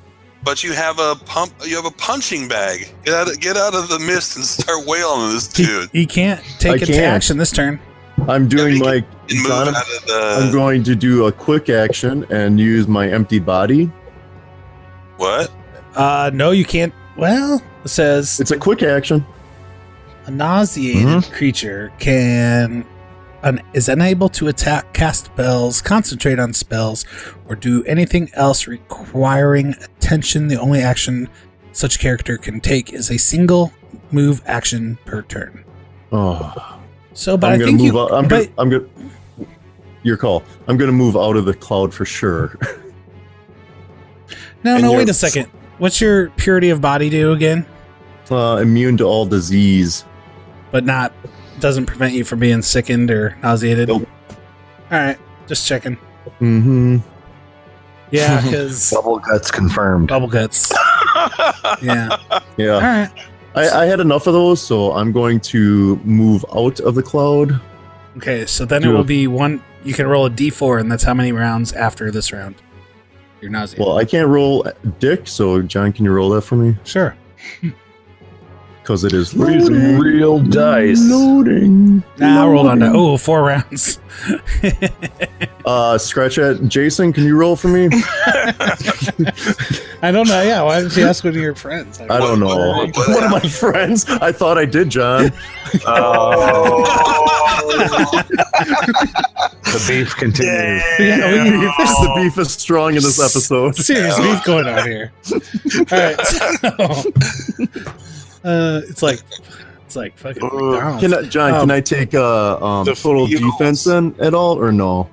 But you have a pump. You have a punching bag. Get out. Of, get out of the mist and start wailing on this
You,
dude.
you can't take
I
into
can't.
action this turn.
I'm doing
Yeah,
like
And move
Donovan-
out of
I'm
the
going to do a quick action and use my empty body.
what?
Uh, no, you can't. Well, it says
It's a quick action.
A nauseated
Hmm?
creature can un, is unable to attack, cast spells, concentrate on spells, or do anything else requiring attention. The only action such character can take is a single move action per turn.
Oh,
So, but i
I'm gonna
think
move.
you,
out. I'm gonna.
but
I'm gonna. Your call. I'm gonna move out of the cloud for sure.
no, no,
and you're-
wait a second. What's your purity of body do again?
Uh, immune to all disease.
But not doesn't prevent you from being sickened or nauseated.
Nope.
All right, just checking.
Mm-hmm.
Yeah, because
Double guts confirmed.
bubble guts. Yeah.
Yeah.
All right.
I, I had enough of those, so I'm going to move out of the cloud.
Okay, so then it
Do
will
it.
be one. You can roll a d4, and that's how many rounds after this round. You're nauseated.
Well, I can't roll dick, so John, can you roll that for me?
sure.
Because it is
These
loading.
real dice.
Loading.
Nah, I rolled on to
loading.
oh four rounds.
Uh, scratch that. Jason, can you roll for me?
I don't know. Yeah, why did you ask one of your friends?
I don't know.
What- what-
One of my friends. I thought I did, John.
Oh.
The beef continues.
Yeah, we-
Beef- the beef is strong in this episode.
Serious beef going on here. All right. so- uh, it's like it's like fucking.
Ooh.
McDonald's.
Can I, John,
Um,
can I take uh, um,
the
total
Eagles.
defense then at all, or no?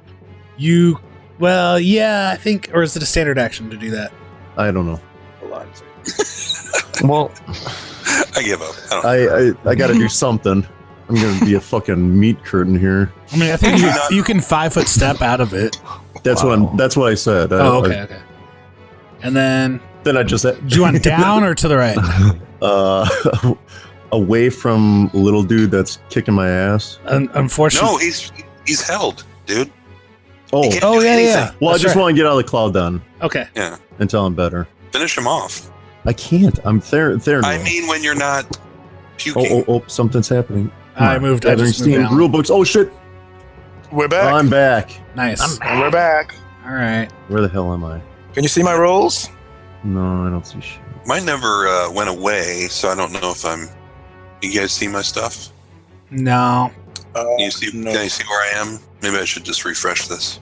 you well, yeah, I think, or is it a standard action to do that?
I don't know.
Well,
I give up. I don't.
I I, I got to do something. I'm gonna be a fucking meat curtain here.
I mean, I think you, you can five foot step out of it.
That's what
Wow.
I'm, that's what I said. I-
Oh, okay, okay. And then,
I- then I just
do you want down or to the right?
uh, away from little dude that's kicking my ass.
Un- unfortunately.
no, he's he's held, dude.
Oh,
can't-
oh
do
yeah,
anything.
yeah.
well, I
That's
just
right.
want to get out of the cloud then
Okay.
until I'm better.
Finish him off.
I can't. I'm there. There.
I mean, when you're not
oh,
puking.
oh, oh, something's happening.
I moved. I
Gathering
just moved
steam.
down.
Rule books. Oh shit!
We're back.
I'm back.
Nice.
And We're back.
All right.
Where the hell am I?
Can you see my rolls?
No, I don't see shit.
Mine never uh, went away, so I don't know if I'm. You guys see my stuff?
No.
Uh,
Can you see?
no.
Can you see where I am? Maybe I should just refresh this.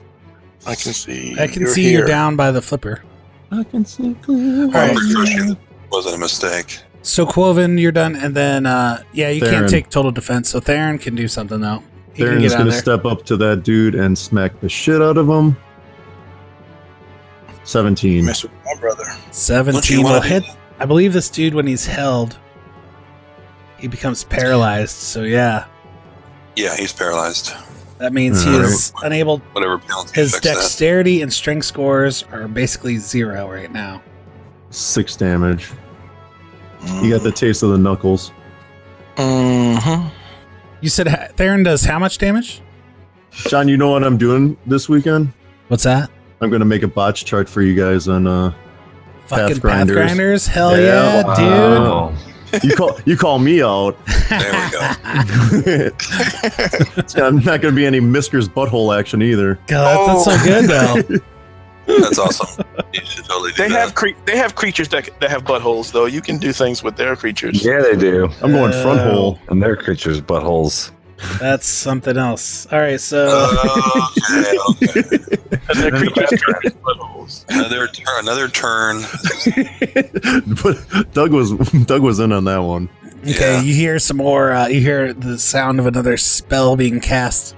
I can see.
I can
you're
see
here.
you're down by the flipper.
I can see clear.
All right.
Refreshing wasn't a mistake.
So Quoven, you're done, and then uh, yeah, you can't
Theron.
take total defense. So Theron can do something though. He
Theron
can
is
get out
going
of
to
there.
step up to that dude and smack the shit out of him. 17.
Mess with my brother.
Don't you
Seventeen will
want
hit. I believe this dude when he's held, he becomes paralyzed. So yeah,
Yeah, he's paralyzed.
that means he
All
is unable.
Whatever penalty
His
affects that.
dexterity and strength scores are basically zero right now.
Six damage. You got the taste of the knuckles.
Mm-hmm.
You said ha- Theron does how much damage?
John, you know what I'm doing this weekend?
What's that?
I'm going to make a botch chart for you guys on uh
Fucking path
grinders.
grinders. Hell yeah,
Yeah,
dude.
Oh.
wow. you call you call me out.
There we go.
it's not, not going to be any Misker's butthole action either.
God, that's, that's so good though.
That's awesome. You should totally do
They
that.
have cre- they have creatures that that have buttholes though. You can do things with their creatures.
Yeah, they do.
I'm going
Oh.
front hole.
And their creatures' buttholes.
that's something else. All right, so
Uh, Oh, okay, okay.
And their creatures have buttholes.
Another turn. Another turn.
but Doug was Doug was in on that one.
okay,
Yeah.
you hear some more. Uh, you hear the sound of another spell being cast.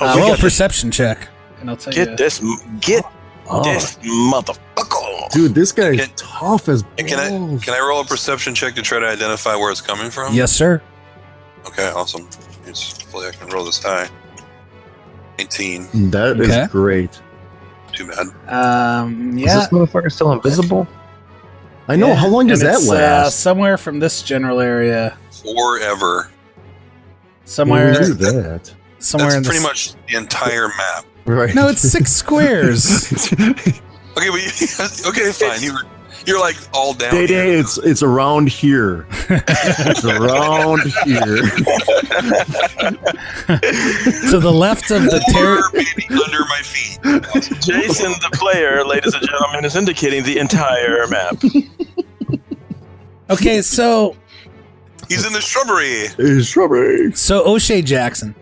Uh,
Oh, we
roll a
got-
perception check, and I'll tell you.
Get this, m- get
Oh.
this motherfucker.
Dude, this guy is
Can-
tough as
Can I-
balls.
Can I roll a perception check to try to identify where it's coming from?
Yes, sir.
Okay, awesome. It's, hopefully I can roll this high. 18.
That is
Okay.
great.
Too bad.
Um,
Is
yeah.
this motherfucker still invisible?
I know.
Yeah.
How long does
And
that
it's, Uh,
last?
somewhere from this general area,
Forever.
When
somewhere,
we do that,
somewhere in
That's
the.
pretty much the entire map.
right?
no, it's six squares.
Okay, but you, okay, fine. You were, you're like all down.
Day
here.
day, it's it's around here. it's around here.
to the left of the
Or
ter-
maybe under my feet.
Jason, the player, ladies and gentlemen, is indicating the entire map.
Okay, so
He's in the shrubbery.
It's shrubbery.
so O'Shea Jackson,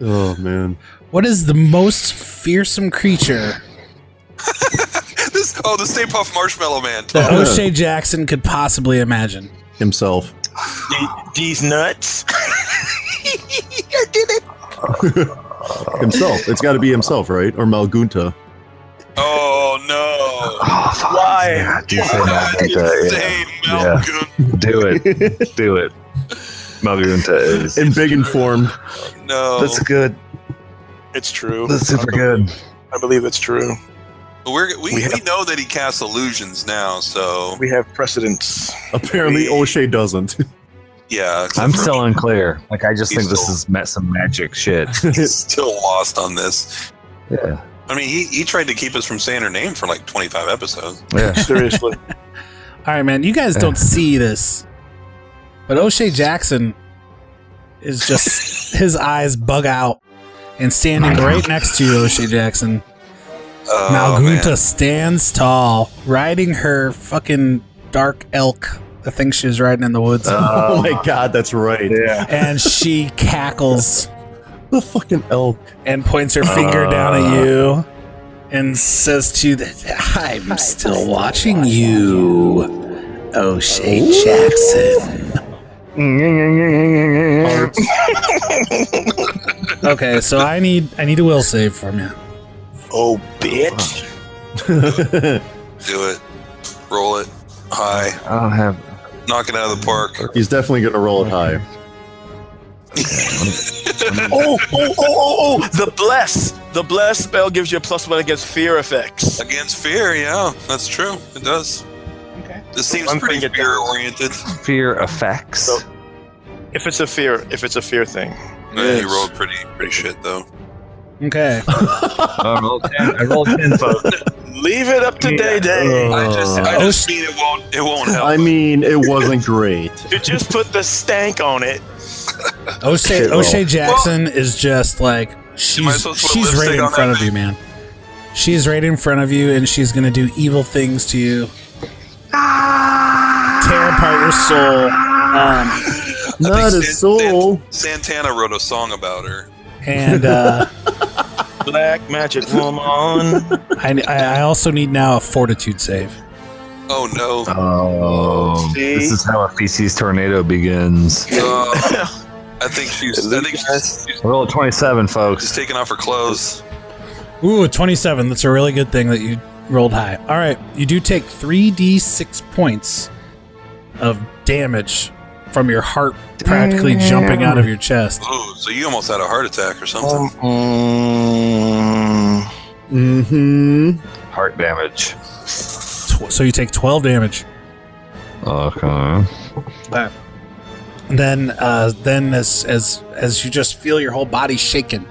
Oh man,
what is the most fearsome creature
This, oh, the Stay Puff Marshmallow Man.
that O'Shea Jackson could possibly imagine?
himself.
These nuts.
Himself. It's got to be himself, right? Or Malgunta.
Oh, no.
Oh, fuck.
Why?
Yeah, do say
God,
Malgunta. Yeah.
Say Malcolm.
Do it. Do it. Malgunta is.
In big and form.
No.
That's good.
It's true.
That's super good.
I believe it's true.
But we're, we,
We
we,
have-
know that he casts illusions now, so
We have precedence.
Apparently, O'Shea doesn't.
yeah. except
I'm
for-
still unclear. Like, I just
He's
think this
still-
is ma- some magic shit.
he's still lost on this.
Yeah.
I mean, he, he tried to keep us from saying her name for like 25 episodes.
Yeah.
Seriously.
All right, man. You guys don't see this, but O'Shea Jackson is just his eyes bug out, and standing right next to you, O'Shea Jackson,
Oh,
Malgunta
man.
stands tall, riding her fucking dark elk. I think she was riding in the woods,
Uh.
oh my god, that's right.
Yeah.
and she cackles
The fucking elk.
and points her finger
Uh.
down at you, and says to you that I'm still watching you, O'Shea Jackson. Okay, so I need I need a will save from you.
Oh, bitch.
Do it. Roll it. High.
I don't have.
Knock it out of the park.
He's definitely gonna roll it high.
Oh, oh, oh, oh, oh. The bless. The bless spell gives you a plus one against fear effects.
Against fear, yeah. That's true. It does.
Okay.
This seems
I'm
pretty
bringing it
fear oriented.
Fear effects.
So- If it's a fear, if it's a fear thing.
Yeah,
Yes.
he rolled pretty pretty shit, though.
Okay.
Oh, I rolled 10. I rolled 10, folks.
Leave it up to
Yeah.
Day
uh.
Day.
I just, I
Oh,
just mean it won't, it won't help.
I mean, it wasn't great.
You just put the stank on it.
O'Shea
Shit roll.
O'Shea Jackson is just like she's
supposed to put
she's right
lipstick
in
on
front
that
of you, man. She's right in front of you, and she's gonna do evil things to you. Tear apart your soul. Um,
Not a
San-
soul.
Santana wrote a song about her.
And uh,
Black magic woman.
I, I I also need now a fortitude save.
Oh no!
Oh,
See?
this is how a feces tornado begins.
Uh, I think she's. I think she's, she's
Roll a 27,
she's
folks.
taking off her clothes.
Ooh, a 27. That's a really good thing that you rolled high. All right, you do take 3d6 points of damage from your heart practically jumping out of your chest.
Ooh, so you almost had a heart attack or something.
Um, Mm,
Mm-hmm.
Heart damage.
Tw- So you take 12 damage.
Okay.
Then, uh, then as as as you just feel your whole body shaking,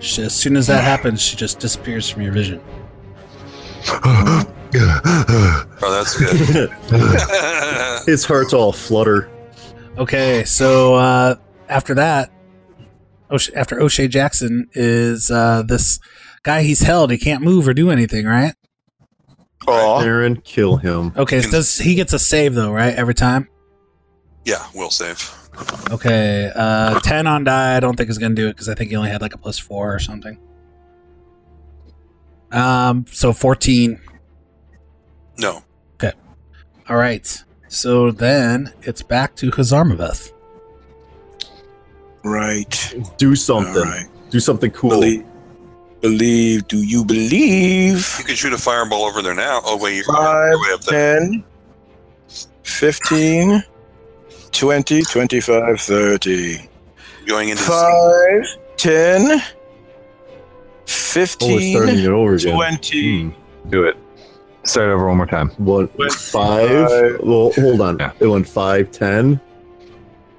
she, as soon as that happens, she just disappears from your vision.
Oh, that's good.
His heart's all flutter.
Okay, so uh, after that, O'Sh- after O'Shea Jackson is uh, this guy he's held. He can't move or do anything, right?
aw.
Aaron, kill him.
Okay, so does he gets a save though, right? Every time.
yeah, will save.
Okay, uh, ten on die. I don't think is gonna do it because I think he only had like a plus four or something. Um, so fourteen.
No.
All right. So then it's back to Hazarmaveth.
Right.
Do
All
something.
right.
Do something cool.
Believe. Believe. Do you believe?
You can shoot a fireball over there now. Oh wait, you're
Five,
you're way up there.
10, 15, 20, 25, 30.
Going into the
5, 10,
Oh, we're starting
15,
it over again. Hmm.
20.
Do it. Start over one more time.
One,
Went
five.
five.
Well, hold on.
Yeah.
It went five, ten,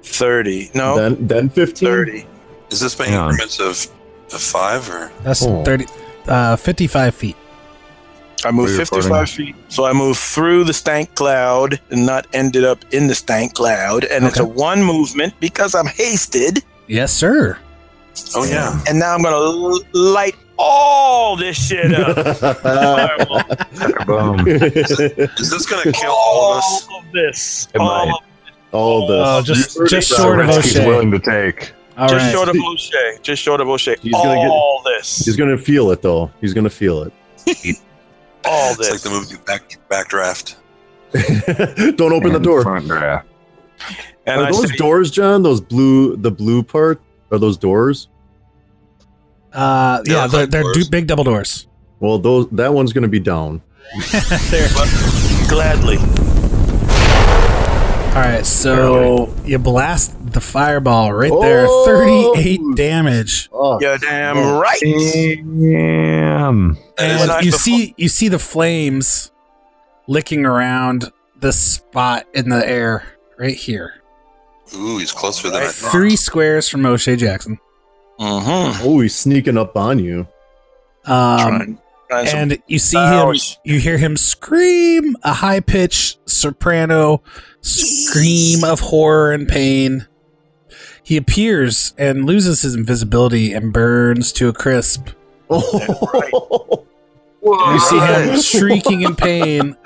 30. No,
then then fifteen.
30.
Is this by
Hang on.
increments of, of five or?
That's
Oh.
thirty, uh, fifty-five feet.
I moved
Are you
55
recording?
feet. So I moved through the stank cloud and not ended up in the stank cloud. And it's a one movement because I'm hasted.
Yes, sir.
Oh yeah.
And now I'm going to l- light all this shit up. Fireball.
Boom.
Is this gonna kill all of us?
all of this.
It
All
might.
of
All the
Oh, just just short of
Risk he's
O'Shea.
willing to take.
All
just
right.
short of O'Shea. Just short of O'Shea.
He's gonna get-
all this.
He's gonna feel it though. He's gonna feel it.
all
It's
this.
like the movie back backdraft.
Don't open the
And
door.
Front draft.
and
Are
I
those
say,
doors, John? Those blue, the blue part. Are those doors?
Uh,
Yeah,
yeah, they're,
like
they're
doors.
du- big double doors.
Well, those that one's gonna be down.
They're-
gladly.
All right, so you blast the fireball right there,
Oh!
thirty-eight damage,
Oh,
You're damn right.
Damn.
That
When
is
and
I-
you see you see the flames licking around this spot in the air right here,
Ooh, he's closer than I thought.
three squares from O'Shea Jackson.
Mm-hmm.
Oh, he's sneaking up on you.
Um, and you see him,
Ouch.
you hear him scream a high pitched soprano scream of horror and pain. He appears and loses his invisibility and burns to a crisp.
Oh,
You see him shrieking in pain.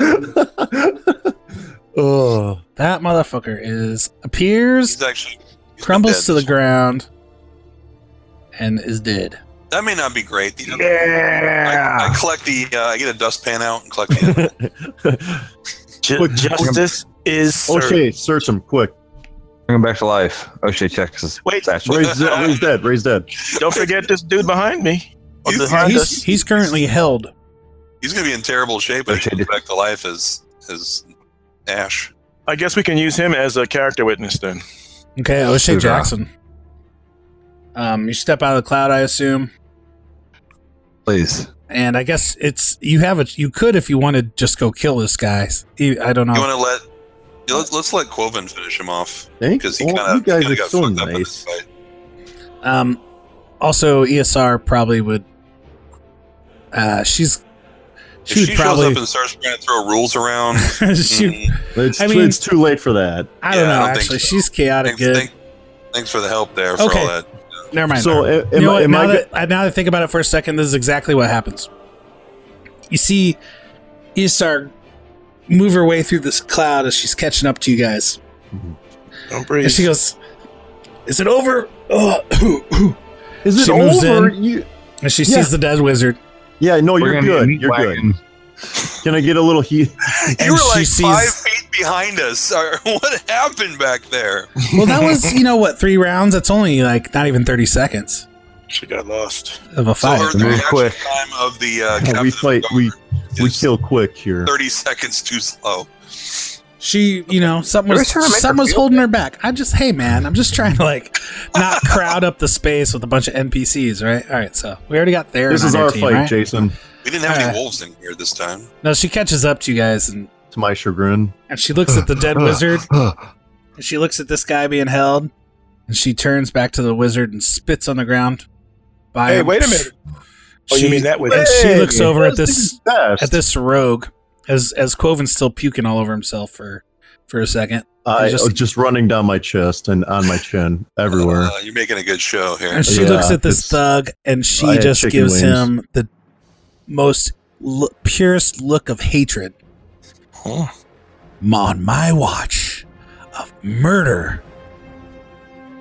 oh.
That motherfucker is appears,
He's actually he's
crumbles
dead.
to the ground, and is dead.
That may not be great. You know, I, I collect the. Uh, I get a dustpan out and collect the.
Ju-
Quick,
justice is served.
Okay, search him quick.
Bring him back to life. O'Shea checks his
Wait.
satchel.
Raise, raise dead. Raise dead.
Don't forget this dude behind me. Or
You-
behind us.
He's, he's currently held.
he's gonna be in terrible shape. But he
Okay.
comes back to life as as Ash.
I guess we can use him as a character witness then.
Okay, O'Shea
Sure.
Jackson. Um, you step out of the cloud, I assume,
Please.
and I guess it's you have a you could if you wanted just go kill this guy. He, I don't know.
You want to let. yeah, Let's, let's let Quoven finish him off
Thank
because he
oh,
kind of
you guys are
got
so
fucked up in this
nice.
fight.
Um, also, ESR probably would. Uh, she's
If
she would
she
probably
shows up and starts trying to throw rules around,
she,
mm,
It's,
I
too-
mean-
it's too late for that.
I don't
Yeah, I
know.
don't think
actually,
so.
she's chaotic.
thanks,
Good.
thank- thanks for the help there for
Okay.
all that.
Never mind.
So, a-
you
am,
know
I-
what?
am
Now
I
that, I now that I think about it for a second, this is exactly what happens. You see, Isar move her way through this cloud as she's catching up to you guys,
Don't breathe.
and she goes, Is it over? Oh.
Is it
She moves
over?
in.
You,
and she
Yeah.
sees the dead wizard.
yeah, no, Oh, you're
be
good.
meat
You're good.
wagon.
Can I get a little heat?
And
you were
she
like
sees-
five feet behind us. Or what happened back there?
Well, that was, you know what, three rounds? That's only like not even 30 seconds
She got lost.
of a
So
fight.
her- the
Move
reaction
quick.
time of the uh, captain
we
of the
fight.
guard
We we
is
kill quick here.
thirty seconds too slow.
She, you know, something was,
Every time I make
something
her
was
feel
holding her back. I just, hey, man, I'm just trying to like not crowd up the space with a bunch of NPCs, right? All right, so we already got there.
This is our
team,
fight,
right?
Jason.
We didn't have any
Alright.
wolves in here this time.
No, she catches up to you guys and,
To my chagrin.
and she looks at the dead wizard and she looks at this guy being held and she turns back to the wizard and spits on the ground. By
Hey,
him.
wait a minute. Oh, you
She-
mean that wizard?
And she looks over at this
Best.
at this rogue as as Quoven's still puking all over himself for for a second.
I,
just-
just, just running down my chest and on my chin everywhere.
Uh, you're making a good show here.
And she
Yeah,
looks at this
it's-
thug and she
I had
just
chicken wings.
gives him the most lo- purest look of hatred.
Huh.
On my watch of murder.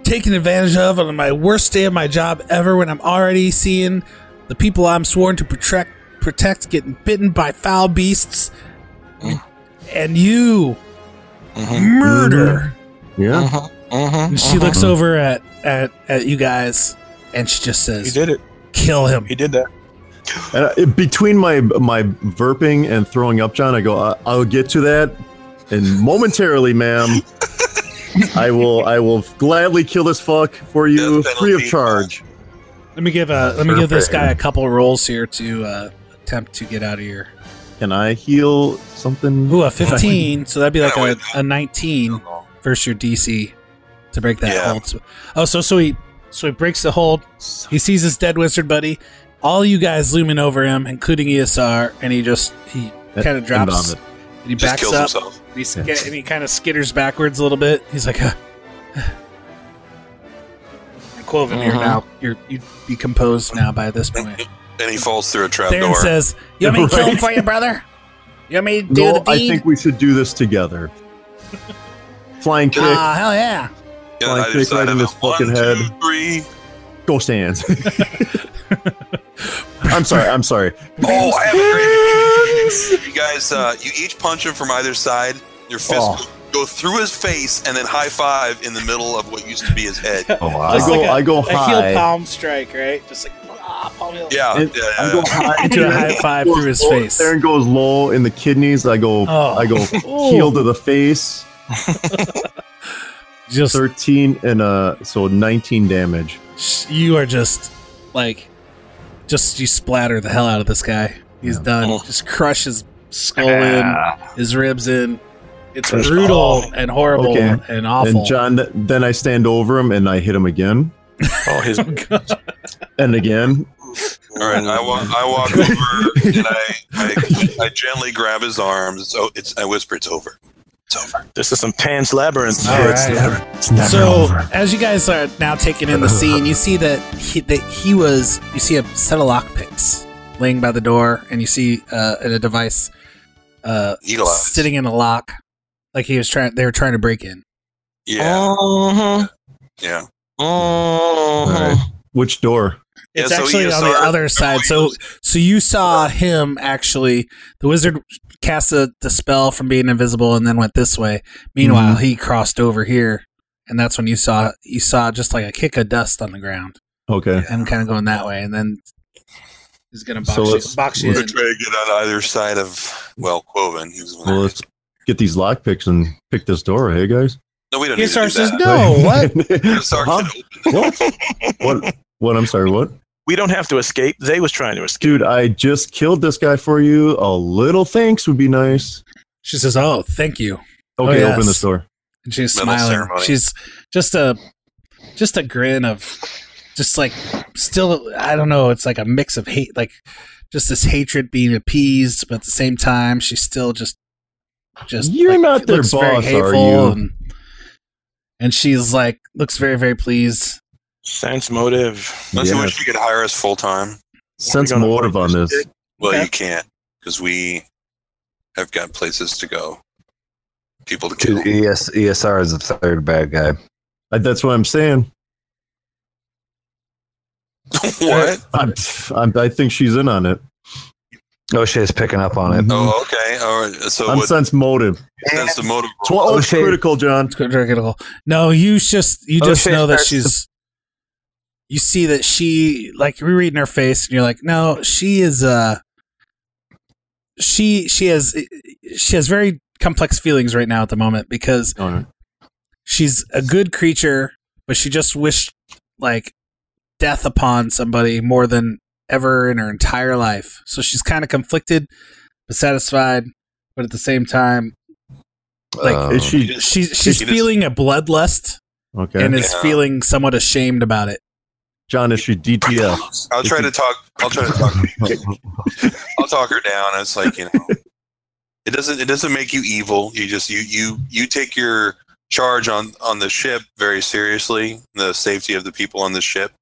Taken advantage of on my worst day of my job ever when I'm already seeing the people I'm sworn to protect protect getting bitten by foul beasts. And you murder.
Mm-hmm. yeah.
And she looks over at, at at you guys, and she just
He
says,
did it.
"Kill him."
He did that.
And I, between my my verping and throwing up, John, I go. I, I'll get to that, and momentarily, ma'am, I will. I will gladly kill this fuck for you,
Death
free of
penalty.
charge.
Let me give a let me give this guy a couple rolls here to uh, attempt to get out of here.
Can I heal something?
Ooh, a fifteen, so that'd be like
Yeah,
a,
wait.
a nineteen versus your DC to break that
Yeah.
hold. So- Oh, so so he so he breaks the hold. He sees his dead wizard buddy, all you guys looming over him, including ESR, and he just he
Eh,
kind of drops
inbound
and he
Just
backs
kills
up.
himself.
And he, sk-
Yeah.
and he kind of skitters backwards a little bit. He's like, uh, and Quoven, you're now you're you'd be composed now by this point.
And he falls through a
Theron
trapdoor.
says, "You want me to kill him
Right.
for you, brother? You want me to do
No,
the
I
deed?
think we should do this together. Flying kick,
Ah, hell yeah!
Yeah,
Flying
I
kick
just
right in his fucking head. ghost hands. I'm sorry. I'm sorry.
Oh, I have a great. You guys, uh, you each punch him from either side. Your fist
Oh.
will go through his face and then high five in the middle of what used to be his head. Yeah,
Oh, wow.
I
It's
go.
like a-
I go high.
palm strike, right? Just like ah, palm heel.
yeah,
And
yeah,
I go high.
Do a high five through his face.
Aaron goes low in the kidneys. I go.
Oh.
I go heel to the face.
Just
Thirteen and uh, so nineteen damage.
you are just like, just you splatter the hell out of this guy. He's done.
Oh.
Just crush his skull in. his ribs in. It's brutal and horrible
Okay.
and awful.
And John. th- Then I stand over him and I hit him again
Oh, his.
and again.
All right, I walk. I walk over and I, I, I gently grab his arms. So it's. I whisper, "It's over."
this is some Pan's Labyrinth.
All
It's
right.
never-
so as you guys are now taking in the scene, you see that he, that he was. You see a set of lockpicks laying by the door, and you see uh, a device uh,
Eat a lot.
sitting in a lock, like he was trying. They were trying to break in.
Yeah,
Uh-huh.
yeah.
All right. Which door?
Yeah,
It's
so
actually on the
ESR
other side. So so you saw him actually. The wizard cast the, the spell from being invisible and then went this way. Meanwhile, he crossed over here, and that's when you saw you saw just like a kick of dust on the ground
Okay.
and kind of going that way, and then he's gonna box
So
you,
let's-
box you
We're
in.
trying to get on either side of well, Quoven. He's
Well, let's get these lockpicks and pick this door. Hey guys.
no, we don't need to do
ESR says
that.
no. What?
ESR
Huh?
can
what? What? What? I'm sorry. What?
We don't have to escape. They was trying to escape.
Dude, I just killed this guy for you. A little thanks would be nice.
She says, "Oh, thank you." Oh,
Okay,
yes.
open this door.
And she's
Medal
smiling.
ceremony.
She's just a just a grin of just like still I don't know, it's like a mix of hate like just this hatred being appeased, but at the same time she's still just just
You're
like,
not their
looks very
boss, are
hateful
you?
And, and she's like looks very, very pleased.
Sense motive.
Don't you
Yeah.
wish you could hire us full time?
Sense
We're gonna
motive
break
on this.
dick.
Well,
Okay.
you can't because we have got places to go, people to
Dude, E
kill.
ES, ESR is the third bad guy.
I, that's what I'm saying.
what?
I'm, I'm, I think she's in on it.
OSHA is picking up on it.
Mhm.
Oh, okay. All right. So
I'm
what,
sense motive.
that's the motive.
Tw- oh, it's
O'Shea-
critical, John.
It's critical. No, you just you just
Okay,
know that
that's the-
she's. You see that she like you're reading her face, and you're like, no, she is uh She she has she has very complex feelings right now at the moment because she's a good creature, but she just wished like death upon somebody more than ever in her entire life. So she's kind of conflicted, but satisfied, but at the same time, Like,
Um,
Is she
she's she's
She just-
feeling a bloodlust
Oh.
okay?
and is
Yeah.
feeling somewhat ashamed about it.
John, is she DTF?
I'll try to talk. I'll try to talk. I'll talk her down. It's like you know, it doesn't. It doesn't make you evil. You just you you you take your charge on on the ship very seriously. The safety of the people on the ship,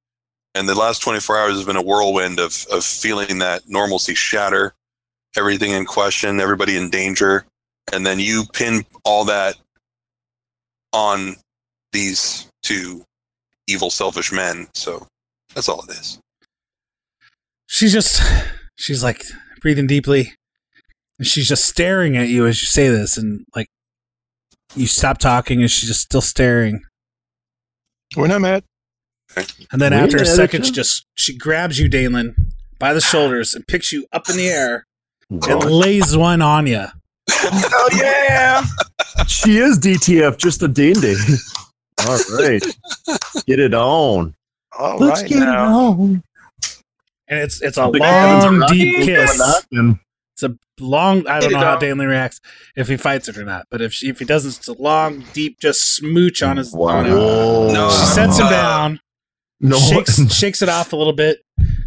and the last twenty four hours has been a whirlwind of of feeling that normalcy shatter, everything in question, everybody in danger, and then you pin all that on these two evil, selfish men. So that's all it is.
She's just she's like breathing deeply. And she's just staring at you as you say this and like you stop talking and she's just still staring.
We're not mad.
And then
Really?
after a
Yeah,
second
that's
she just she grabs you, Dalen, by the shoulders and picks you up in the air and lays one on you.
Oh yeah.
she is DTF, just a dandy. All right, get it on.
All right now.
on.
And it's it's a
Big hands
long,
are
deep
rocking,
kiss.
going on.
It's a long. I don't
Get it
know how
down.
Danley reacts if he fights it or not. But if she, if he doesn't, it's a long, deep, just smooch on his. on him.
Whoa.
No.
She sets him
Uh,
down,
No.
shakes shakes it off a little bit.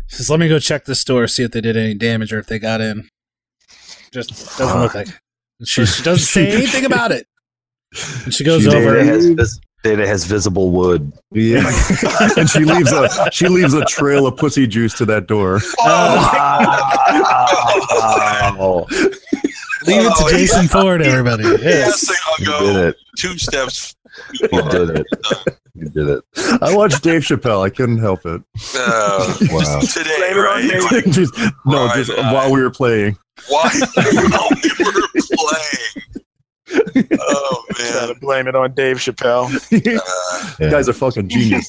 Says, "Let me go check this door, see if they did any damage or if they got in." Just doesn't look like. It. And She, she doesn't say anything about it. And she goes
She did
over.
Data has, vis- Data has visible wood.
Yeah. and she leaves a she leaves a trail of pussy juice to that door.
uh,
Oh. Wow.
Leave it
Oh,
to
yeah.
Jason Ford, everybody. Yes.
Yes, I'll
You
go
did it.
two steps.
You did it. You did it.
I watched Dave Chappelle. I couldn't help it.
Uh,
Wow.
today, right? Like,
Just- no,
Right,
just
uh,
while we were playing.
why? While we were playing. Oh
Try
man!
to blame it on Dave Chappelle.
Uh,
Yeah.
Guy's a fucking genius.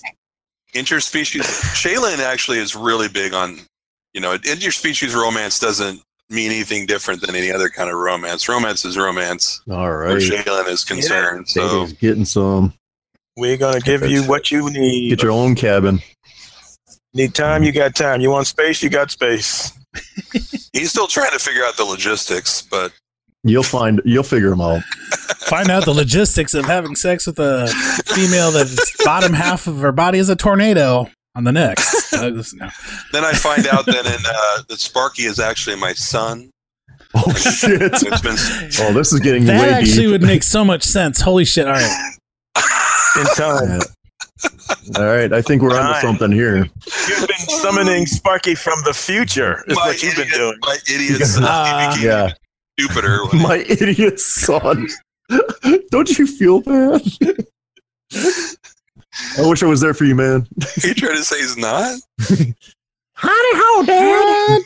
interspecies. Shaylin actually is really big on, you know, interspecies romance doesn't mean anything different than any other kind of romance. Romance is romance,
All
where
right.
Shaylin is concerned. So
Dave's getting some.
We're gonna give you what you need.
Get your own cabin.
Need time, you got time. You want space, you got space.
he's still trying to figure out the logistics, but
You'll find. You'll figure them out.
Find out the logistics of having sex with a female that's bottom half of her body is a tornado on the next. Douglas, no.
then I find out that in, uh, that Sparky is actually my son.
Oh shit.
It's been
Oh, this is getting
That
way
actually
deep.
would make so much sense. Holy shit! All right,
In time.
Yeah. All right, I think we're onto
Fine.
something here.
You've been summoning Sparky from the future, is
my
what you've been
idiot-
doing.
My idiot son.
Uh,
he became
Yeah,
Jupiter.
my idiot son. Don't you feel bad? I wish I was there for you, man.
he tried to say he's not.
Honey, ho, Dad.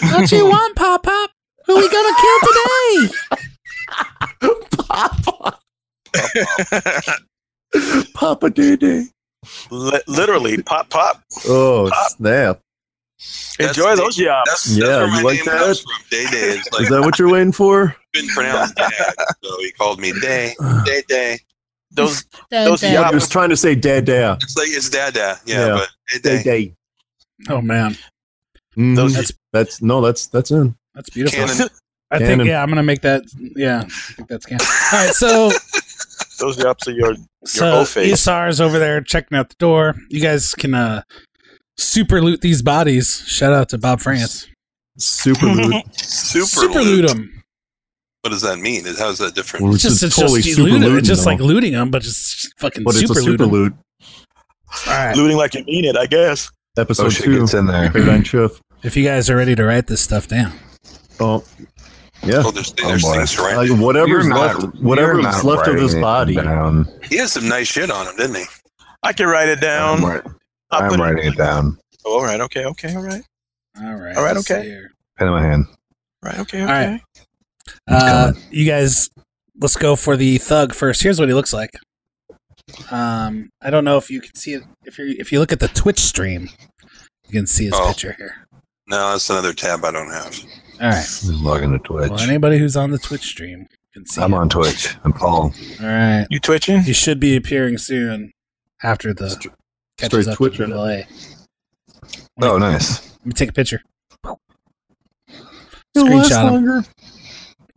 what you want, Pop Pop? Who we gonna kill today?
Papa Day Day.
Li- literally, pop, pop.
Oh snap!
That's
Enjoy
the-
those jobs.
That's, that's
Yeah,
where
you
my
like
name
that?
comes from. Day Day. It's like
Is that what you're waiting for?
been pronounced Dad, so he called me Day. Day Day.
Those, those
I was
jobs.
trying to say Dad Dad.
It's like it's Dada. Yeah,
Yeah.
but Day Day.
Day.
Oh man,
Mhm.
that's
That's no, that's that's in.
that's beautiful.
Cannon.
I think
Cannon.
yeah, I'm gonna make that. Yeah, I think that's canon. All right, so
Those jobs are your.
so
O-face.
Isar's over there checking out the door. You guys can uh super loot these bodies. Shout out to Bob France.
Super loot.
Super,
super
loot.
loot them.
What does that mean? Is- How is that different?
We're
It's just, it's
totally
just, you
super
loot 'em.
looting,
It's just
though.
like looting them, but just fucking
but it's
super,
a super
looting.
loot.
All right.
Looting like you mean it, I guess.
Episode
OSHA
two.
Oh, gets in there.
Paradigm shift.
If you guys are ready to write this stuff down,
Oh, Yeah.
Oh, there's, there's
boy.
things around.
Like whatever's
You're not-
left, whatever's
you're not
left of this
writing
body.
it down.
He had some nice shit on him, didn't he?
I can write it down.
I'm, wri-
I'll
I'm
put it-
writing it down.
Oh, all right. Okay. Okay. All right.
All right.
All right,
let's
okay.
see here.
Pen in my hand.
All Right. Okay. Okay.
All right. Uh, you guys, let's go for the thug first. Here's what he looks like. Um, I don't know if you can see it. If you if you look at the Twitch stream, you can see his
Oh.
picture here.
No, that's another tab I don't have.
All right.
Logging to Twitch.
Well, anybody who's on the Twitch stream can see.
I'm
it.
on Twitch. I'm Paul.
All right.
You twitching?
He should be appearing soon after the catches
straight
up
Twitch,
to
right?
the delay.
Oh, nice.
Let me take a picture. Screenshot him.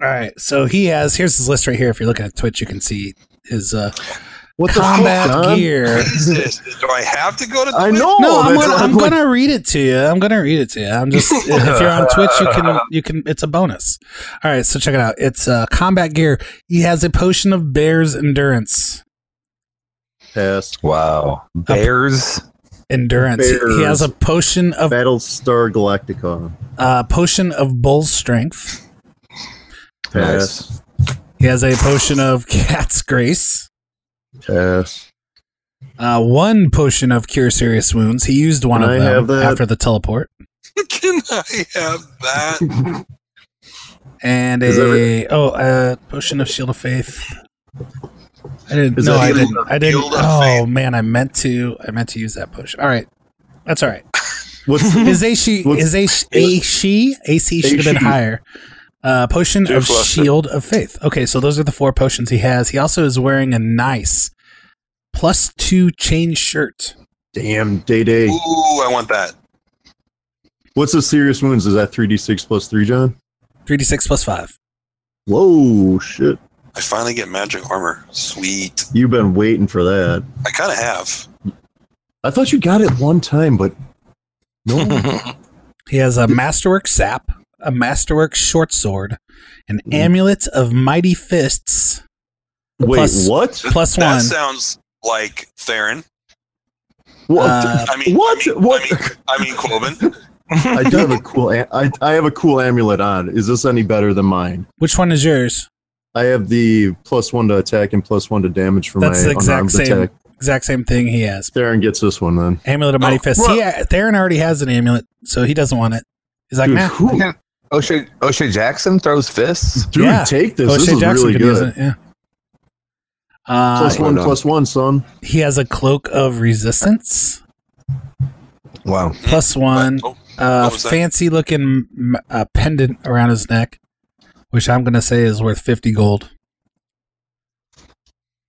All right. So he has. Here's his list right here. If you're looking at Twitch, you can see his uh,
What the
combat
fuck, John?
gear.
Jesus, do I have to go to?
I
Twitch?
know.
no, I'm
Oh, that's-
gonna, I'm
like,
gonna read it to you. I'm gonna read it to you. I'm just if you're on Twitch, you can you can. It's a bonus. All right, so check it out. It's uh, combat gear. He has a potion of bear's endurance.
pass.
Wow. Bears.
Endurance. He- He has a
Bears.
potion of
Battlestar Galactica.
uh, potion of bull's strength.
Pass.
He has a potion of cat's grace.
Pass.
Uh, one potion of cure serious wounds. He used one
Can I
of them
have that?
after the teleport,
Can I have that?
and
Is that
a oh, uh, potion of shield of faith. I didn't.
Is
No,
that
I
shield
didn't. I didn't.
shield of
Oh man, I meant to. I meant to use that potion. All right, that's all right.
What's
His AC,
What's-
his AC, AC, AC should have been
AC.
higher. Uh, potion
Too
of
flustered.
Shield of Faith. Okay, so those are the four potions he has. He also is wearing a nice plus two chain shirt.
damn day day?
Ooh, I want that.
What's the serious wounds? Is that three d six plus three, John?
3d6 plus 5.
Whoa, shit!
I finally get magic armor. Sweet.
You've been waiting for that.
I kind of have.
I thought you got it one time, but no.
He has a Masterwork Sap, a Masterwork Short Sword, an
Mm-hmm.
Amulet of Mighty Fists,
Wait,
Plus- uh,
what?
plus
That
one.
sounds like Theron.
What?
Uh,
I mean,
what?
I mean,
what?
I mean, I mean Quoven.
I do have a cool. a- I I have a cool amulet on. Is this any better than mine?
Which one is yours?
I have the plus one to attack and plus one to damage for
That's
my
the exact
unarmed
same
attack.
exact same thing he has.
Theron gets this one then.
Amulet of Mighty Fists. He, uh, Theron already has an amulet, so he doesn't want it. He's like,
Dude,
nah.
who-
O'Shea, O'Shea Jackson throws fists.
dude
Yeah.
take this. this
O'Shea
is really
could use
good.
it, Yeah. Uh,
Plus one,
Hold on.
plus one, son.
he has a cloak of resistance,
Wow.
plus one,
Oh,
uh,
what was that?
fancy looking m- uh, pendant around his neck, which I'm gonna say is worth fifty gold.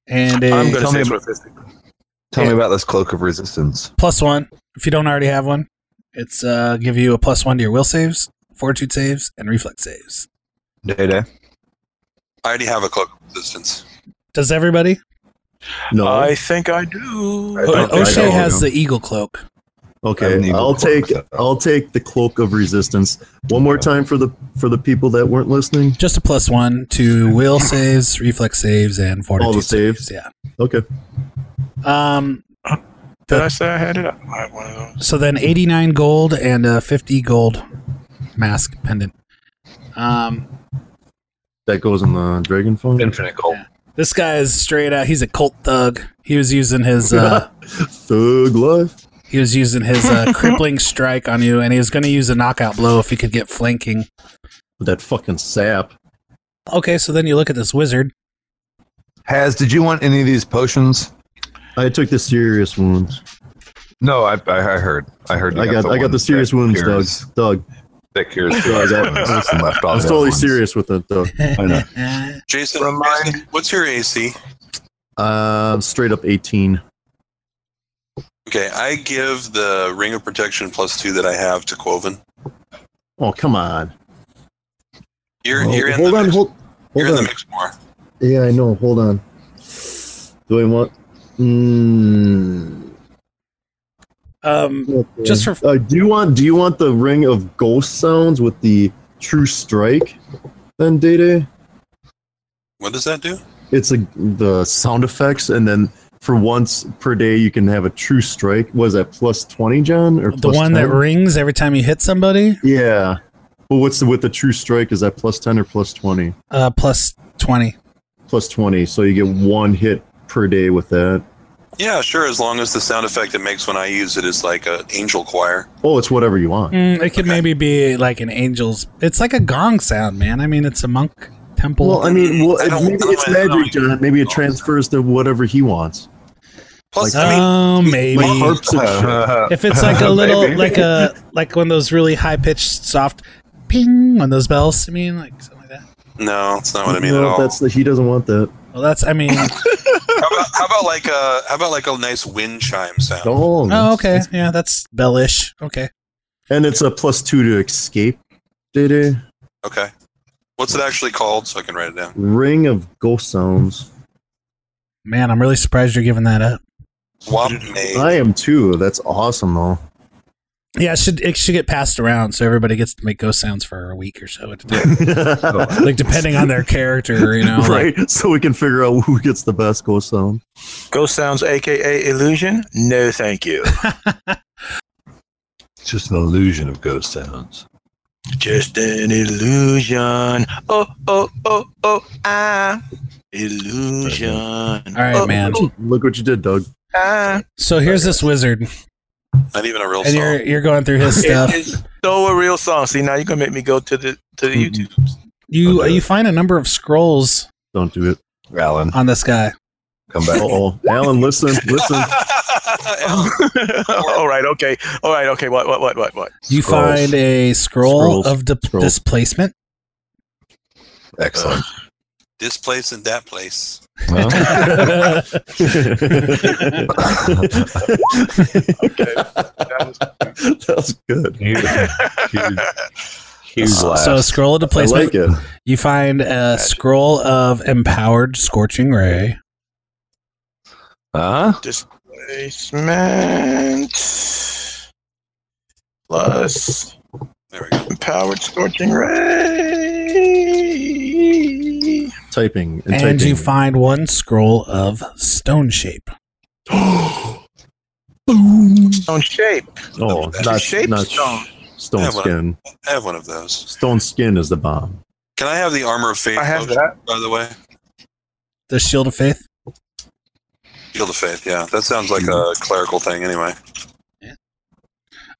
And a
I'm gonna
Tell
say
me
it's worth
ab-
it.
Tell me about this cloak of resistance.
plus one. If you don't already have one, it's uh, give you a plus one to your will saves, fortitude saves, and reflex saves.
Day day.
I already have a cloak of resistance.
Does everybody?
No.
I think I do.
I
O-
don't think
O'Shea
so.
has the eagle cloak.
I
okay,
need
I'll
the cloak,
take
so-
I'll take the cloak of resistance. One more time for the for the people that weren't listening.
Just a plus one to will saves, reflex saves, and fortitude
All the saves.
saves.
Okay.
Yeah. Um.
Did I say I had it? I might have one of those.
So then, eighty-nine gold and a fifty gold mask pendant. Um.
That goes in the dragon phone.
Infinite gold.
This guy is straight out. He's a cult thug. He was using his. Uh,
Thug life.
he was using his uh, crippling strike on you, and he was going to use a knockout blow if he could get flanking.
With that fucking sap.
Okay, so then you look at this wizard.
Has did you want any of these potions?
I took the serious wounds.
No, I I, I heard. I heard. you
I got I got
one
the serious
that
wounds, Doug.
cures-
Doug.
That cures.
Doug, I-
I, left
I
all
was
the
totally
other ones.
serious with it though.
I know.
Eh,
Jason,
Remind-
Jason, what's your AC?
Uh, straight up eighteen.
Okay, I give the ring of protection plus two that I have to Quoven.
Oh come on.
You're
Oh,
you're in
hold
the
on,
mix.
hold
you're
hold
in
on.
the mix more.
Yeah, I know. Hold on. Do I want? Mm,
Um.
okay.
Just for-
Uh, do you want? Do you want the ring of ghost sounds with the true strike? Then Data,
What does that do?
it's a the sound effects, and then for once per day you can have a true strike. Was that plus twenty, John, or
The
plus
one that
10?
rings every time you hit somebody.
yeah. Well, what's the, with the true strike? Is that plus 10 or plus 20?
Uh, plus twenty.
Plus 20. So you get one hit per day with that.
Yeah, sure. As long as the sound effect it makes when I use it is like an angel choir.
Oh, it's whatever you want.
Mm, it could maybe be like an angel's. It's like a gong sound, man. I mean, it's a monk temple.
Well, I mean, well,
I don't-
maybe it's
I don't know.
magic, John. Maybe it transfers to whatever he wants.
Plus, I mean,
oh, maybe.
Like harps and shit.
if it's like a little, like a like one of those really high pitched soft ping on those bells. I mean, like something like that.
no, that's not what I mean at
no,
all.
that's the, he doesn't want that.
Well, that's. I mean,
How about, how about like a how about like a nice wind chime sound?
Oh,
oh, okay, yeah, that's bellish. Okay,
And it's a plus two to escape. Did
Okay, what's it actually called so I can write it down?
Ring of ghost sounds.
man, I'm really surprised you're giving that up.
Wapme.
I am too. That's awesome, though.
Yeah, it should it should get passed around so everybody gets to make ghost sounds for a week or so at a time. like depending on their character, you know. like-
right? so we can figure out who gets the best ghost sound.
Ghost sounds, aka illusion. No, thank you.
It's just an illusion of ghost sounds.
Just an illusion. Oh, oh, oh, oh, ah. Illusion. All
all right, man.
Look what you did, Doug.
Ah.
So here's this wizard,
Not even a real
and you're
song.
you're going through his stuff.
It is so a real song. See, now you're gonna make me go to the to the
Mm-hmm.
YouTube.
You you find a number of scrolls
Don't do it.
Alan,
on this guy.
come back.
Oh, Alan, listen, listen.
All right, okay. All right, okay. What, what, what, what, what?
You
Scrolls.
find a scroll
Scrolls.
of di-
Scrolls.
displacement.
Excellent.
this place and that place.
Well,
that was good.
huge, huge, huge
Uh, So a
laugh.
scroll of
I
displacement.
like it.
You find a scroll of empowered scorching ray.
Huh?
Basement. Plus
There we go.
empowered scorching ray.
Typing and,
And,
typing.
you find one scroll of stone shape.
Stone shape.
oh, not,
shape
not
stone.
stone, stone
Yeah, but-
skin.
I have one of those.
Stone skin is the bomb.
Can I have the armor of faith?
I have
potion,
that.
By the way,
The shield of faith.
shield of faith. Yeah, that sounds like
Mm.
a clerical thing. Anyway,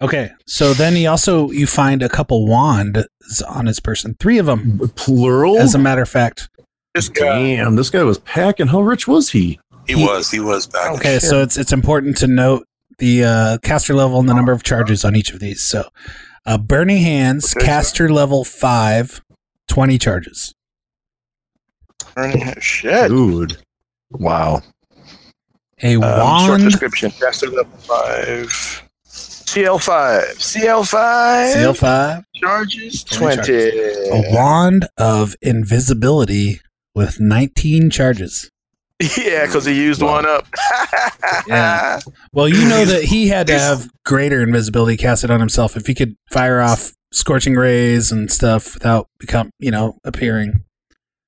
Okay, so then he also you find a couple wands on his person, three of them,
Plural.
as a matter of fact.
This guy.
Damn, this guy was packing. How rich was he?
he,
He-
was. He was back.
Okay, so it's it's important to note the uh, caster level and the number of charges on each of these. So, uh, Burning Hands, caster level five, 20 charges.
Burning- Shit.
Dude,
Wow.
A
Um, short
wand,
description. Caster level five. CL5. CL5.
seal five, Oh,
charges
20
20.
a wand of invisibility with 19 charges.
Yeah, because he used one up.
Yeah. Well, you know that he had to have greater invisibility casted on himself if he could fire off scorching rays and stuff without become you know appearing.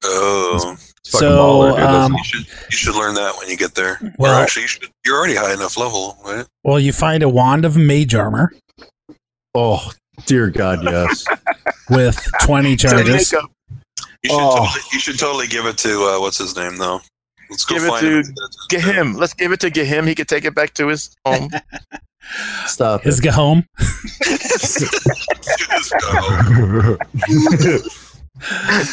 Oh,
Fucking baller,
so,
dude,
um,
doesn't
you should you should learn that when you get there. Well,
Well-
actually, you should, you're already high enough level, right?
well, you find a wand of mage armor
oh dear God, yes.
with 20 charges.
Jacob,
You should,
Oh.
totally, you should totally give it to uh, what's his name though. Let's go
Give it
find
to
him.
get him. Let's give it to get him. He could take it back to his home.
Stop
His home.
Let's go.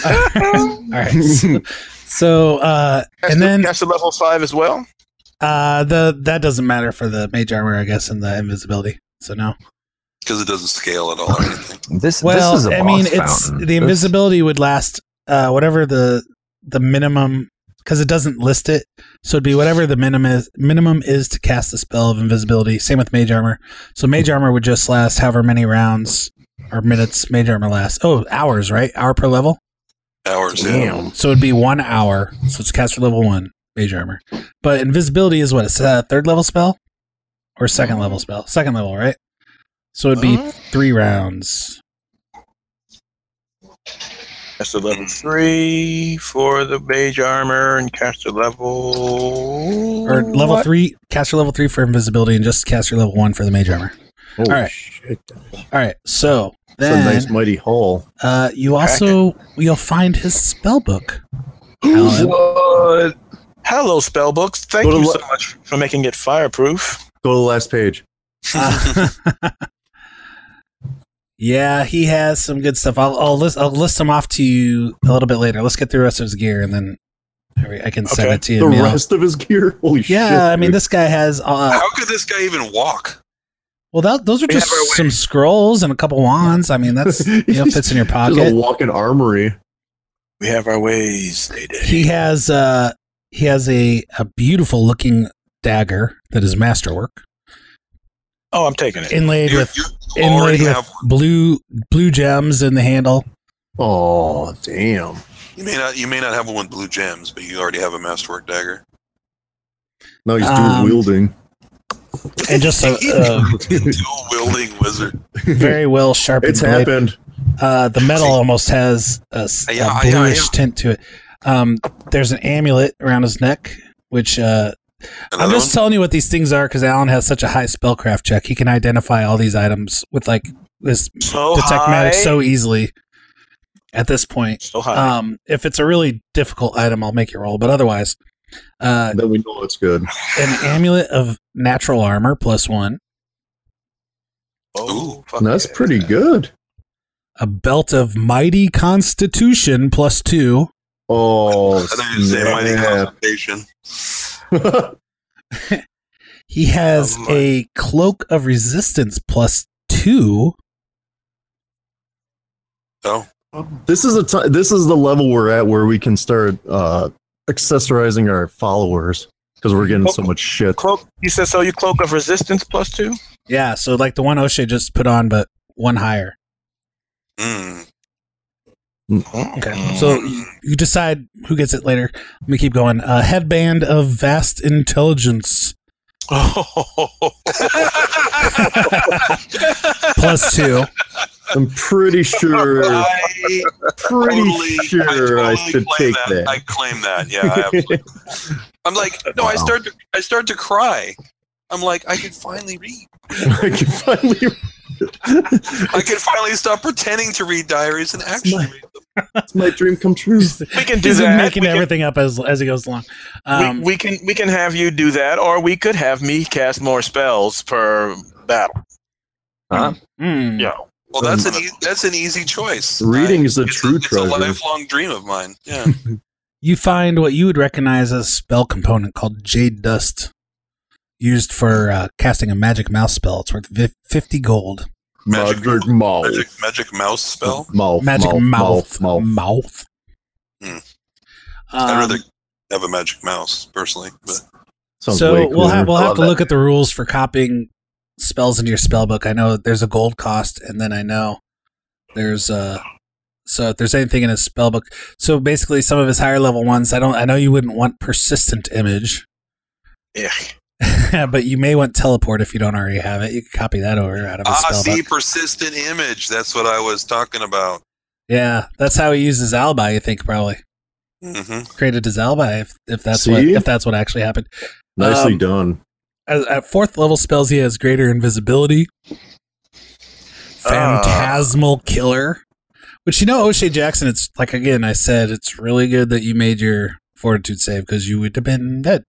um, All right. So, so, uh,
Caster,
and then
caster level five as well.
uh, the that doesn't matter for the mage armor, I guess, and the invisibility. So no.
because it doesn't scale at all or anything.
This,
Well,
this is a
I
boss
mean, it's
fountain.
the
This-
invisibility would last uh, whatever the the minimum because it doesn't list it, so it'd be whatever the minimum is, minimum is to cast the spell of invisibility. Same with mage armor. So mage armor would just last however many rounds or minutes mage armor lasts. Oh, hours, right? Hour per level.
Hours. yeah.
Damn.
So it'd be one hour. So it's caster level one mage armor. But invisibility is what it's a third level spell or second level spell. Second level, right? So it'd be three rounds.
Caster level three for the mage armor and caster level
or level
What?
three caster level three for invisibility and just caster level one for the mage armor
Oh,
All right.
shit.
all right so
It's a nice
Then
mighty haul.
uh, you also you'll find his spell book. Alan.
What? Hello, spellbooks. Thank
Go to
you
lo-
so much for making it fireproof.
Go to the last page.
Uh, yeah, he has some good stuff. I'll, I'll list I'll list them off to you a little bit later. Let's get through the rest of his gear, and then I can send
Okay.
it to you.
The
in mail.
rest of his gear. Holy shit!
yeah, I mean
dude.
this guy has. Uh,
How could this guy even walk?
well, that, those are
We have
just
our way.
some scrolls and a couple wands. I mean that's you know fits in your
Just a
pocket.
walking armory.
We have our ways, they did.
He has uh he has a a beautiful looking dagger that is masterwork
Oh, I'm taking it.
inlaid
You,
with
you
inlaid
already
with
have one.
blue blue gems in the handle.
Oh damn!
You may not. You may not have one with blue gems, but you already have a masterwork dagger.
Now he's dual
Um,
wielding.
and just a,
Dual wielding wizard.
a very well sharpened
It's
blade.
happened.
Uh, the metal almost has a, s- a
Yeah, yeah, yeah.
bluish tint to it. Um, there's an amulet around his neck, which uh, I'm
Another
just telling you what these things are because Alan has such a high spellcraft check. He can identify all these items with like this
So
Oh,
detect
high.
magic so easily. At this point,
so high.
um, if it's a really difficult item, I'll make it roll. But otherwise, uh,
Then we know it's good.
an amulet of natural armor plus one,
Ooh,
Oh, fuck
That's
yeah.
pretty good.
a belt of mighty constitution plus two,
Oh,
I thought you said mighty
snap.
concentration.
He has
Oh,
Um,
a cloak of resistance plus two.
Oh,
this is a t- this is the level we're at where we can start uh, accessorizing our followers because we're getting
Oh,
so much shit.
Cloak, you said so. You cloak of resistance plus two.
Yeah, so like the one O'Shea just put on, but one higher.
mm.
Mm.
Okay.
Hmm.
So you- you decide who gets it later. Let me keep going. A headband of vast intelligence plus two.
I'm pretty sure.
I
Pretty
totally-
sure I,
totally
should take
claim that.
that.
I claim that. Yeah, I absolutely- I'm like, no, I
Wow.
start to, I start to cry. I'm like, I can finally read.
I can finally.
I can finally stop pretending to read diaries and actually read them.
It's my dream come true.
We can do
He's
that.
making
we, can,
everything up as as he goes along.
we-
Um,
we, can we can have you do that, or we could have me cast more spells per battle.
mm.
Yeah.
Well, that's an e- that's an easy choice.
Reading is the
It's
true
it's a
treasure.
lifelong dream of mine. Yeah.
You find what you would recognize as a spell component called Jade Dust, used for uh, casting a magic mouse spell. It's worth fif- 50 gold.
Magic-
Magic mouth.
Magic, magic mouse spell.
Mouth.
magic
Mouth.
mouth.
mouth.
Mouth.
Hmm. I'd
Um,
rather have a magic mouse personally. But
Sounds way
so we'll
cooler.
have we'll have
Love
to
it.
look at the rules for copying spells into your spell book. I know there's a gold cost, and then I know there's uh so if there's anything in his spell book. So basically, some of his higher level ones, I don't. I know you wouldn't want persistent image,
Yeah.
but you may want teleport if you don't already have it. You can copy that over out of his
ah,
spell
see,
book.
persistent image. That's what I was talking about.
Yeah, that's how he uses Albi. I think probably
hmm
created his Albi if, if that's what
See?
if that's what actually happened.
Nicely
um,
done.
As, at fourth level spells, he has greater invisibility, phantasmal killer, which you know O'Shea Jackson. It's like again, I said it's really good that you made your fortitude save because you would have been dead.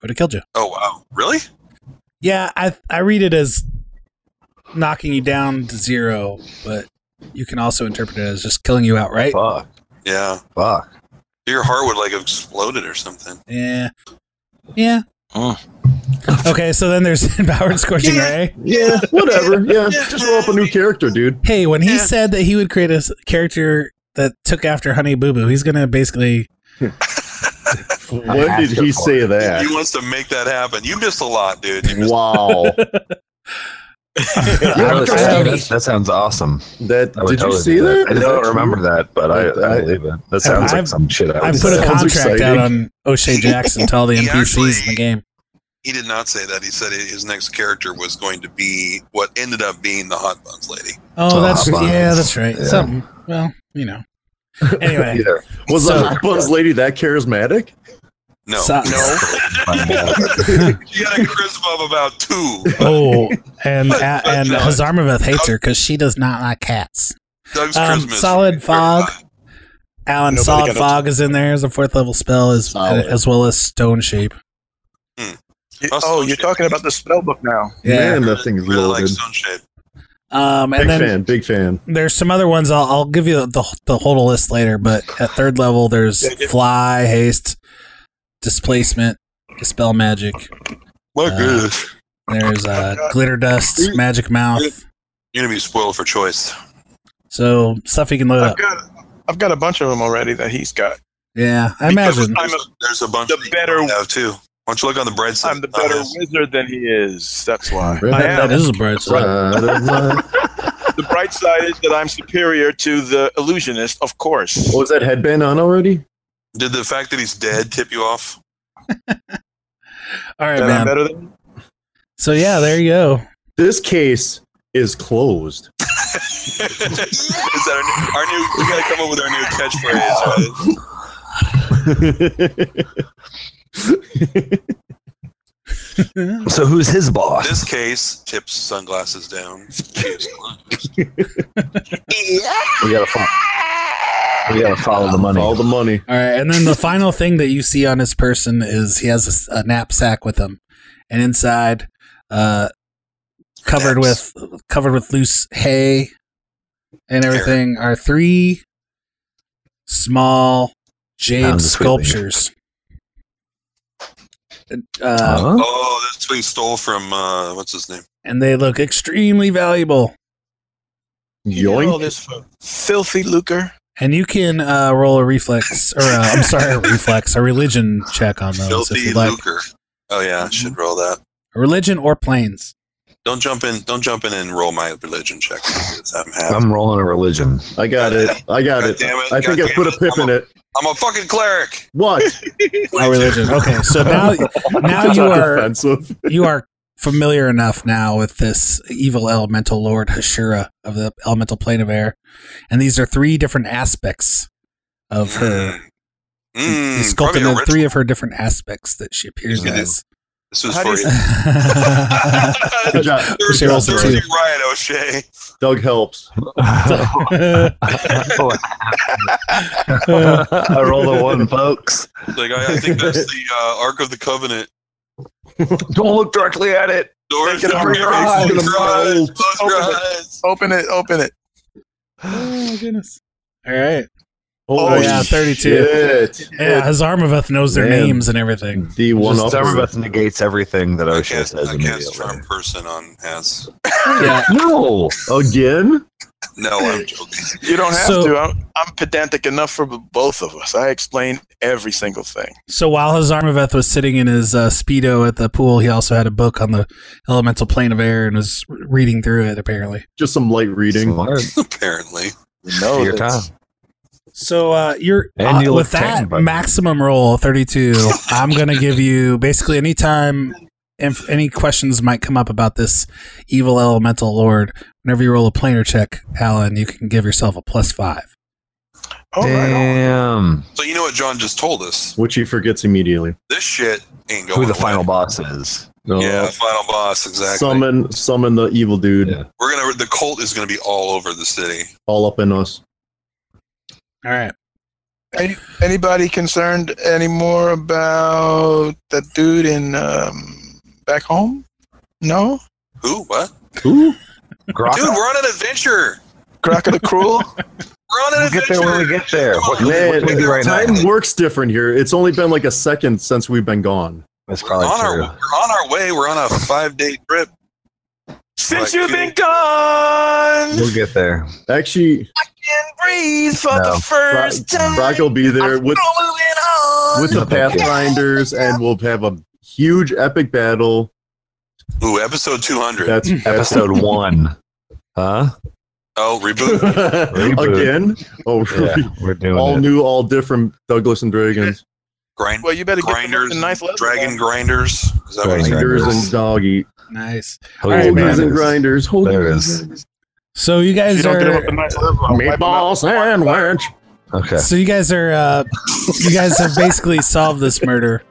Would have killed you.
Oh wow, really?
Yeah, I I read it as knocking you down to zero, but you can also interpret it as just killing you outright.
Fuck.
Yeah.
Fuck.
Your heart would like have exploded or something.
Yeah. Eh. Yeah.
Mm.
Okay, so then there's empowered scorching ray.
Yeah, whatever. Yeah, just roll up a new character, dude.
Hey, when he
Yeah.
said that he would create a s- character that took after Honey Boo Boo, he's gonna basically
When did he say that?
He wants to make that happen. You missed a lot, dude. You missed-
Wow.
Yeah, that, was-
Stevie.
that- that sounds awesome.
That
I would
did you
totally
see
do
that?
I
Is
don't
that
remember
true?
that, but I, I,
I-
believe it. That sounds
I've-
like some shit. I
I
would
put a
say.
sounds
contract out
exciting.
on O'Shea Jackson to all the
He
NPCs in
actually-
the game.
He did not say that. He said his next character was going to be what ended up being the hot buns lady.
Oh,
Oh,
that's
fine.
yeah, that's right.
Yeah.
Something. Well, you know. Anyway,
Either.
Was
So-
the hot buns lady that charismatic?
No.
Sucks.
She got a charisma of about two.
Oh, and uh, and
Judge.
Hazarmaveth hates her because she does not like cats.
Doug's
Um,
charisma is
solid fog. Alan,
Nobody
solid
got a-
fog is in there as a fourth level spell, as
Solid.
as well as stone shape.
You-
Awesome
oh, you're
shit.
talking about the spell book now.
Man, that thing's
really like
loaded.
stone shape.
Um,
Big
and then
fan, big fan.
there's some other ones. I'll, I'll give you the the whole list later. But at third level, there's
Yeah, yeah.
fly, haste, displacement, dispel magic.
Look
Uh,
at this.
There's uh, glitter dust, magic mouth.
You're gonna be spoiled for choice.
So stuff he can load
I've
up.
got I've got a bunch of them already that he's got.
Yeah, I
Because
imagine.
there's, a, there's a bunch
the
that you
better-
don't have too. Why don't you look on the bread side?
I'm the better
Uh,
wizard than he is. That's why.
Really?
I
That
am.
is a bright side.
the bright side is that I'm superior to the illusionist, of course.
What was that headband on already?
Did the fact that he's dead tip you off?
All right,
that I'm
man.
better than
So yeah, there you go.
This case is closed.
is that our new, our new? We gotta come up with our new catchphrase. Right?
So who's his boss?
This case tips sunglasses down.
We gotta follow. We gotta follow the money.
All the money.
All right, and then the final thing that you see on his person is he has a s- a, knapsack with him, and inside, uh, covered
Naps.
with covered with loose hay and everything, are three small jade
Pounds of sweet leaf.
sculptures. Uh,
Huh?
oh, this thing stole from uh, what's his name?
and they look extremely valuable.
all
Yoink.
this for filthy lucre.
And you can uh, roll a reflex, or uh, I'm sorry, a reflex, a religion check on those if
Filthy
you'd like.
lucre. Oh yeah, I should roll that.
Religion or planes.
Don't jump in. Don't jump in and roll my religion check. because I'm, half-
I'm rolling a religion.
I got it. I got
God
it.
damn it,
I think
God
I put a
damn it.
pip in it.
I'm a fucking cleric.
What?
Oh, religion. Okay, so now now you are
Offensive.
you are familiar enough now with this evil elemental lord Hashira of the elemental plane of air, and these are three different aspects of her.
Mm,
he sculpted
probably a
in
ritual.
three of her different aspects that she appears
Yeah.
as.
This was
How do
for
you
you.
Good job.
She rolls a
Thursday
two.
Ryan O'Shea.
Doug helps.
I rolled a one, folks.
Like I, I think that's the uh, Ark of the Covenant.
Don't look directly at it.
Doors
Take it
open
off
your
your
eyes,
eyes.
close your eyes, close your
Open
eyes.
Open it, open it.
oh my goodness! All right.
Oh,
yeah, 32.
Shit.
Yeah, Hazarmaveth knows their
Man.
names and everything.
The one up.
Starbucks negates everything that
I
OSHA
cast,
says
I cast charm
immediately.
person on Haz.
Yeah.
No,
Again?
No, I'm joking.
You don't have
So-
to. I'm, I'm pedantic enough for b- both of us. I explain every single thing.
So while Hazarmaveth was sitting in his uh, speedo at the pool, he also had a book on the elemental plane of air and was reading through it. Apparently.
Just some light reading.
Smart.
Apparently,
No,
Your time.
that's-
So uh, you're
And you
uh,
look
with that
tan, buddy.
maximum roll thirty-two. I'm gonna give you basically anytime if any questions might come up about this evil elemental lord. Whenever you roll a planar check, Alan, you can give yourself a plus five.
All right, all right.
Damn.
so you know what John just told us.
Which he forgets immediately.
This shit ain't going.
Who the
away.
final boss is?
Yeah, the final boss. Exactly.
Summon summon the evil dude
Yeah.
We're gonna. The cult is gonna be all over the city.
all up in us.
All right.
Any, anybody concerned anymore about that dude in um, back home? No,
Who? What?
Ooh.
Dude,
Grok-
we're on an adventure.
Crocker the Cruel.
We're on an
We'll
adventure.
get there when we get there. What,
Man,
what do we do right
time
now?
works different here. It's only been like a second since we've been gone.
That's
We're on our, we're
probably true.
on our way. We're on a five day trip.
Since
Like,
you've
dude.
been gone,
We'll get there.
Actually,
and breathe for
No.
the
Bro-
first time.
Brock will be there with with the Pathfinders, and we'll have a huge epic battle.
Ooh, episode 200.
That's
Episode one. Huh?
oh, reboot.
again. Oh,
Yeah,
really?
we're doing
all
it.
new, all different. Douglas and Dragons,
Grind,
Well, you better get them up
grinders,
to ninth level.
dragon grinders. Is that what
Dragon
it's
Grinders.
Grinders and Doggy,
Nice.
Holy
All right,
man.
Holders and Grinders, Holders
There it
and
is.
Grinders.
So you
If
guys
you don't
are
get them up to ninth level, I'll wipe them out.
Meatball sandwich.
Okay.
So you guys are uh, you guys have basically solved this murder.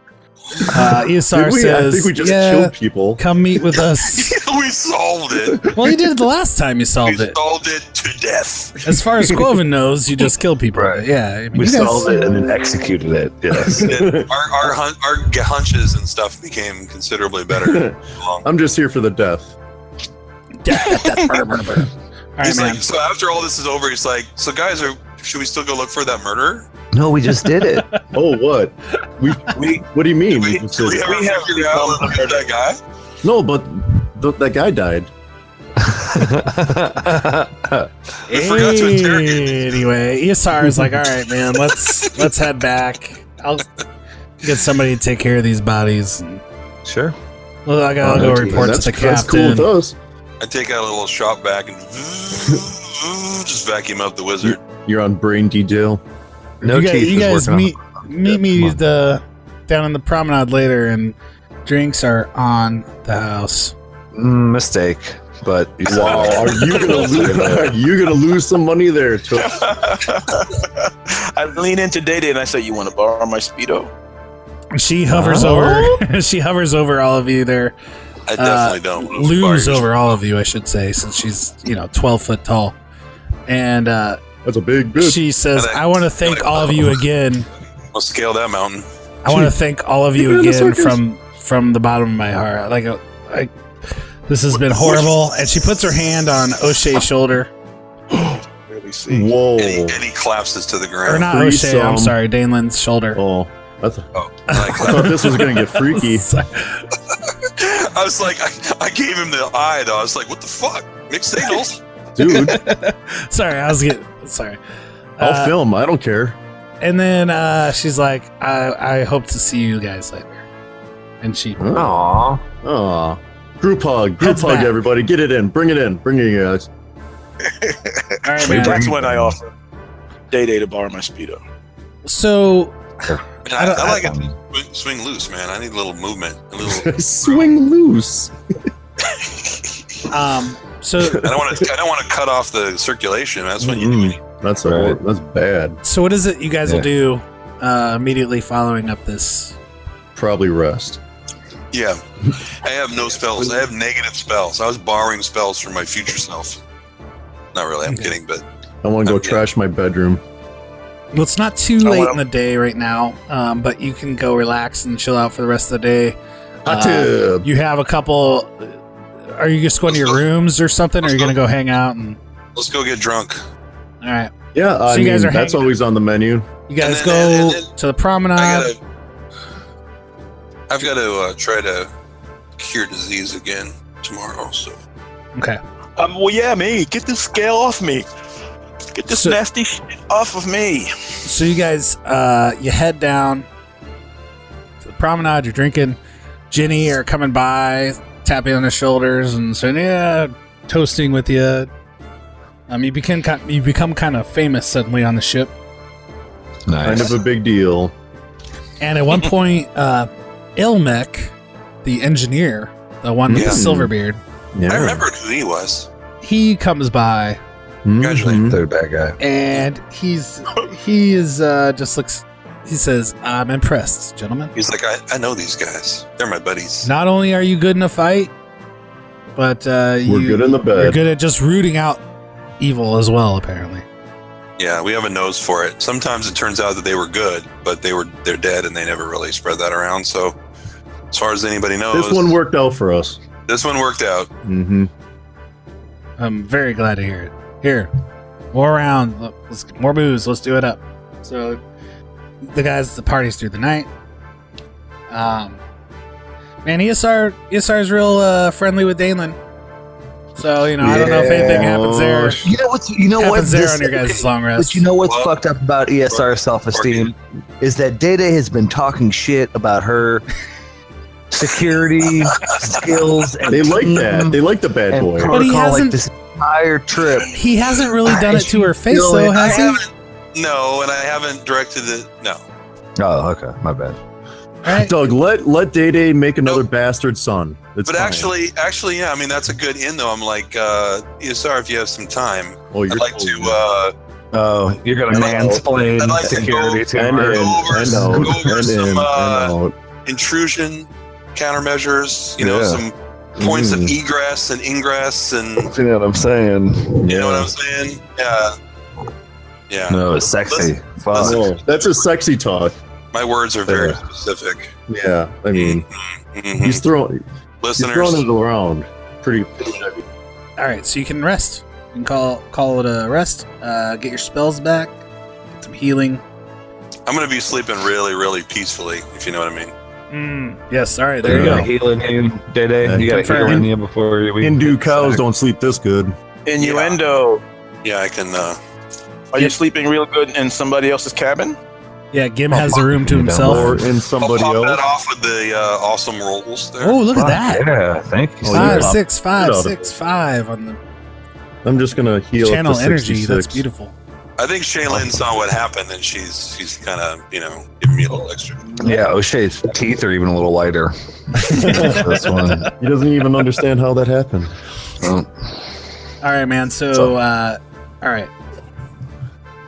Uh, Eosar
Did we? I
says,
think we just
"Yeah,
killed people.
come meet with us.
we solved it.
well, you did it the last time you
We
solved it.
solved it to death.
As far as Quoven knows, you just kill people.
Right.
Yeah, I mean,
We
you guys-
solved it and then executed it. Yes.
It- our our hun- our g- hunches and stuff became considerably better. Along.
I'm just here for the death.
All right,
He's
man.
like, so after all this is over, he's like, so guys, are should we still go look for that murderer?
No, we just did it.
Oh, what? We,
We-
what do you mean?
Did we,
We
did
just
we
did-
ever figure out who killed that guy?
no, but th- that guy died.
We forgot to interrogate. him.
Anyway, Eosar is like, all right, man, let's let's head back. I'll get somebody to take care of these bodies.
sure.
Well, I gotta go
Oh, geez.
report to
that's,
the
that's cool
captain.
with us.
I take out a little shot back and just vacuum up the wizard.
You're on brain detail.
No
you guys,
teeth
you
is
guys meet
working
meet me
Come on.
the down on the promenade later, and drinks are on the house.
Mm, mistake, but you said
Wow,
it.
are you gonna lose? Are you gonna lose some money there? Took?
I lean into Data and I say, "You want to borrow my speedo?"
She hovers over. she hovers over all of you there.
I definitely don't. wanna
Looms
fire
Uh,
you.
over all of you, I should say, since she's you know twelve foot tall, and uh,
That's a big bitch.
she says,
And I-
"I want to thank all of you again.
I'll scale that mountain.
I want to thank all of you
You're the
again
circus.
from from the bottom of my heart. Like, uh, like this has been horrible." And she puts her hand on O'Shea's shoulder,
Really see.
Whoa.
And he, and he collapses to the
or
ground.
not
Threesome.
O'Shea. I'm sorry, Danelin's shoulder.
Oh, that's,
And I
I
clap.
thought this was gonna get Oh, freaky.
I was like, I, I gave him the eye though. I was like, what the fuck? Mixed signals?
dude.
sorry, I was getting sorry.
I'll
Uh,
film. I don't care.
And then uh, she's like, I, I hope to see you guys later. And she
Aw.
Aw. Group hug, group
Heads
hug,
back.
everybody. Get it in. Bring it in. Bring it in, guys.
All right, man.
That's when I offer Data to borrow my speedo.
So
And I, I like it.
Um,
Swing, swing loose, man. I need a little movement. A little.
Swing loose.
um so
I don't want to. I don't want to cut off the circulation. That's when you.
Mm, that's a,
Right.
that's bad.
so what is it you guys will
Yeah.
do uh, immediately following up this?
Probably rest.
Yeah. I have no spells. I have negative spells. I was borrowing spells from my future self. Not really. I'm
Okay.
kidding, but
I want to go
Okay.
trash my bedroom.
Well, it's not too
Oh,
late
well.
in the day right now, um, but you can go relax and chill out for the rest of the day.
Hot
Uh,
tub.
You have a couple. Are you just going to your rooms or something? Or are you going to go hang out and?
let's go get drunk.
All right,
Yeah, I
So you guys
mean,
are
that's
hanging-
always on the menu.
you guys
then-
go
and then-
to the promenade.
I
Uh,
gotta. I've got to uh, try to cure disease again tomorrow. So
okay.
Um, well, yeah, me. Get this scale off me. Get this
So-
nasty shit off of me.
So you guys, uh, you head down to the promenade. You're drinking. Jenny are coming by, tapping on her shoulders and saying, "Yeah, toasting with you." Um, you become ki- you become kind of famous suddenly on the ship,
Kind
nice.
of a big deal.
and at one point, uh, Ilmek, the engineer, the one with
Yeah.
the silver beard,
Yeah.
I remembered who he was.
he comes by
Mhm.
Congratulations.
Third bad guy.
and he's he is uh, just looks. He says, "I'm impressed, gentlemen."
He's like, I, I know these guys. They're my buddies.
Not only are you good in a fight, but uh,
We're
you,
good in the
you're
bed.
good at just rooting out evil as well. Apparently,
Yeah, we have a nose for it. Sometimes it turns out that they were good, but they were they're dead, and they never really spread that around. So, as far as anybody knows,
This one worked out for us.
this one worked out.
Mm-hmm.
I'm very glad to hear it. Here, more round, let's, more booze. Let's do it up. So, the guys, the parties through the night. Um, man, E ESR ESR is real uh, friendly with Danelin. So you know, I don't know if anything happens there.
You know what's you know what
happens there
this-
on your guys' long rest.
But you know what's
Well-
fucked up about E ESR self esteem is that Data has been talking shit about her security skills and
They like that.
team
They like the bad
and
boy.
protocol
But he hasn't-
like this entire trip.
he hasn't really done
I
it to her face,
feel
though,
it.
has
I
he?
haven't. No, and I haven't directed it. No,
Oh, okay. My bad.
Right?
Doug, let let Day Day make another bastard son. It's
but
fine.
actually, actually, yeah. I mean, that's a good end, though. I'm like, uh, yeah, sorry if you have some time.
oh, you're
I'd like to
totally-
uh,
Oh, you're gonna
I'd like-
mansplain
I'd like to
security
go-
to
and in,
her.
over
and
some-
out,
go over
and
some,
in,
uh,
and out.
intrusion countermeasures. You know,
Yeah.
some points of
Mhm.
egress and ingress, and you
You know what I'm saying? Yeah.
know what I'm saying? Yeah, yeah.
No, it's sexy. Fuck.
Whoa, Oh, that's a sexy talk.
My words are very
Yeah.
specific.
Yeah, I mean,
Mhm.
he's throwing he's
Listeners,
throwing it around pretty. pretty heavy.
All right, so you can rest. You can call call it a rest. Uh, get your spells back. Get some healing.
I'm going to be sleeping really, really peacefully, if you know what I mean.
Yes. All right.
There you go.
go.
Healing in day
Yeah,
day. You got to
confirm.
heal in you before we.
Hindu cows don't sleep this good.
Innuendo.
Yeah, I can. Uh,
Are you sleeping real good in somebody else's cabin?
Yeah, Gim has the room to
you,
himself.
Or in
I'll
somebody
pop
else.
that off with the uh, awesome rolls there.
Oh, look at
Fuck,
that!
Yeah, thank you.
Oh,
Five,
yeah.
six, five,
Get out of
six, five on the
I'm just gonna heal. up
channel
to
energy. That's
66.
beautiful.
I think Shaylin saw what happened, and she's she's kind of you know giving me a little extra.
Yeah, O'Shea's teeth are even a little lighter. this one. Oh,
He doesn't even understand how that happened.
All right, man. So, uh, all right.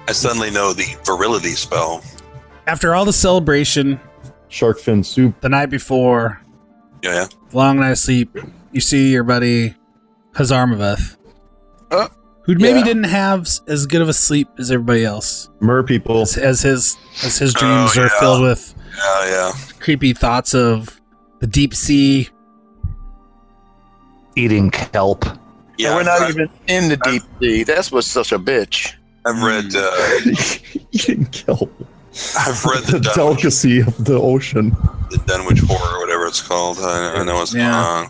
I suddenly know the virility spell.
After all the celebration
Shark fin soup.
the night before,
Yeah,
long night of sleep, you see your buddy Hazarmaveth,
Uh,
who maybe
yeah.
didn't have s- as good of a sleep as everybody else,
Mer people.
as, as his as his dreams
Oh,
are
yeah.
filled with
yeah, yeah, yeah.
creepy thoughts of the deep sea.
Eating kelp.
yeah
And we're not
I've,
even in the deep sea. That's what's such a bitch.
I've read uh,
Eating kelp.
I've read
The
the Dunwich,
delicacy of the ocean.
the Dunwich horror, or whatever it's called. I, I know what's going
Yeah.
on.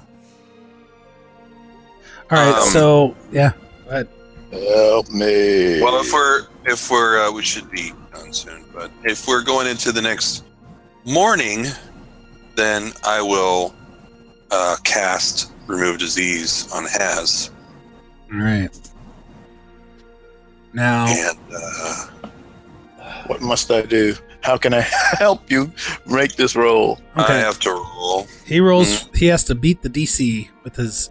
All right,
Um,
so yeah,
Help me.
Well, if we're if we're uh, we should be done soon, but if we're going into the next morning, then I will uh, cast remove disease on Has,
all right. Now,
and uh,
what must I do? How can I help you make this roll?
I mm-hmm.
okay,
have to roll.
he rolls. He has to beat the DC with his.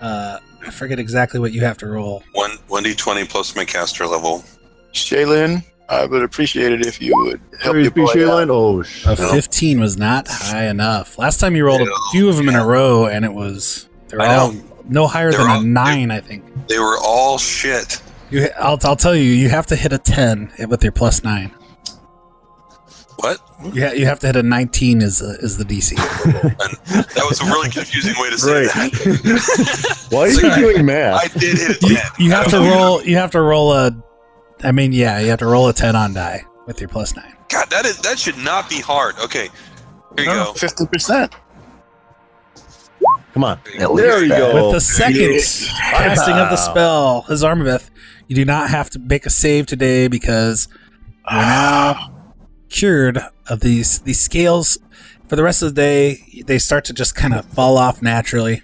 Uh, I forget exactly what you have to roll.
One one d twenty plus my caster level.
Shaylin, I would appreciate it if you would help
Praise
your
be
boy out.
Shaylin. Oh, sh-
A 15 was not high enough. Last time you rolled
Yeah.
a few of them in a row, and it was they were
I
all
know
no higher
They're
than
all-
a nine, I think.
Um, they were all shit.
You, I'll, I'll tell you, you have to hit a 10 with your plus nine.
What?
Yeah, you have to hit a 19 is uh, is the DC.
And that was a really confusing way to say
Right.
that.
why are you doing math?
I did hit
You,
it.
you have to
Oh,
roll. You have to roll a. I mean, yeah, you have to roll a 10 on die with your plus nine.
God, that is that should not be hard. Okay, here you go.
Fifty percent.
Come on.
At least
There you
that.
go.
Oh,
With the second casting of the spell, Hazarmaveth, you do not have to make a save today because you're now cured of these these scales. For the rest of the day, they start to just kind of fall off naturally.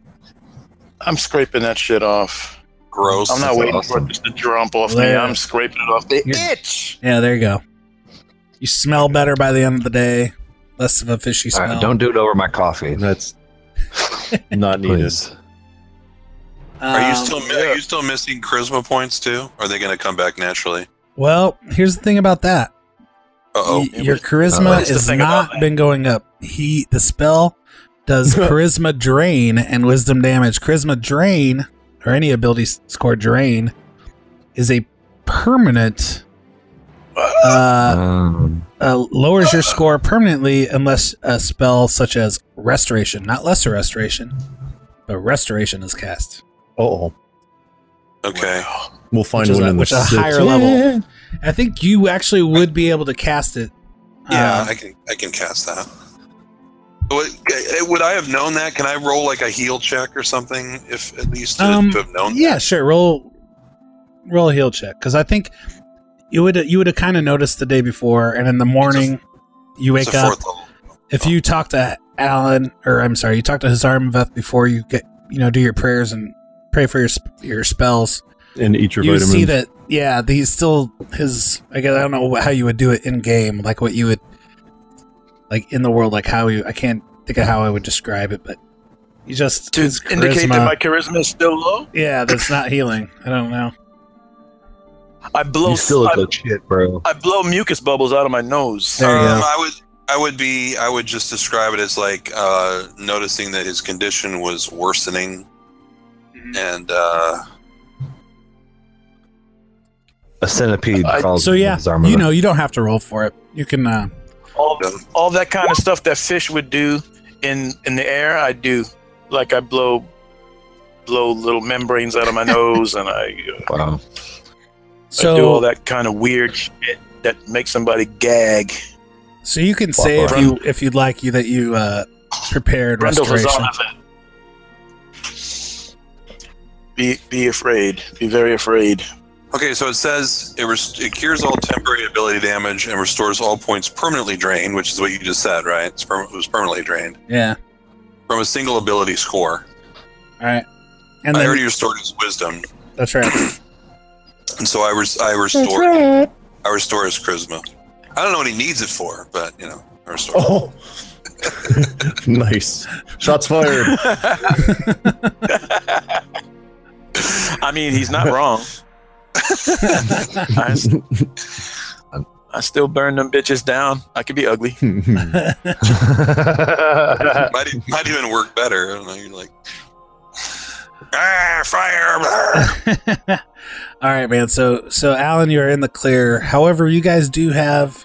I'm scraping that shit off.
Gross.
I'm not waiting for
awesome.
it just to jump off me.
Yeah.
I'm scraping it off. They
Yeah.
itch.
Yeah, there you go. You smell better by the end of the day. Less of a fishy
All
smell.
right, don't do it over my coffee.
That's not needed.
Please.
Are you
Um,
still mi- are you still missing charisma points too? Or are they going to come back naturally?
Well, here's the thing about that.
Uh oh.
Y- your charisma
That's the
has
thing about
not been going up. He the spell does charisma drain and wisdom damage. Charisma drain or any ability s- score drain is a permanent uh,
Um,
uh lowers your score permanently unless a spell such as restoration, not lesser restoration, but restoration is cast,
Oh,
Okay.
we'll find
which is
one
a,
in the
which is a
six.
higher level. I think you actually would be able to cast it.
Yeah,
uh,
I can I can cast that. Would, eh, would I have known that? Can I roll like a heal check or something? If at least to,
Um,
to have known.
Yeah, sure. Roll, roll a heal check because I think you would you would have kind of noticed the day before, and in the morning you
It's
wake
a
up.
fourth level.
If you talk to Alan, or I'm sorry, you talk to Hazarmaveth before you get you know do your prayers and pray for your sp- your spells.
And eat your
you would
vitamins.
see that yeah, these still his. I guess I don't know how you would do it in game, like what you would like in the world, like how you. I can't think of how I would describe it, but you just
To
his
indicate
charisma-
that my charisma is still low,
yeah, that's not healing. I don't know.
I blow
you still look
I,
like shit, bro.
I blow mucus bubbles out of my nose.
There you
um,
go.
I would I would be. I would just describe it as like uh, noticing that his condition was worsening, and uh,
A centipede
I-
crawls
So
into
yeah,
his arm.
you know, you don't have to roll for it. You can. Uh,
all, all that kind of stuff that fish would do in in the air i do like i blow blow little membranes out of my nose and i, uh,
Wow.
so
I do all that kind of weird shit that makes somebody gag
so you can say if you if you'd like you that you uh, prepared
Brundle was
restoration.
all of it. be be afraid be very afraid
okay, so it says it, rest- it cures all temporary ability damage and restores all points permanently drained, which is what you just said, right? It's perm- it was permanently drained
Yeah.
from a single ability score.
All right. And
I
then
already restored his wisdom,
that's right.
and so I res- I
That's
restored
right.
I restore his charisma. I don't know what he needs it for, but you know, I restore. it.
Oh, nice. Shots fired.
i mean he's not wrong I, s- I still burn them bitches down i could be ugly
Uh,
might, e- might even work better. I don't know. You're like, ah, fire! blah."
all right, man. So so Alan, you are in the clear. However, you guys do have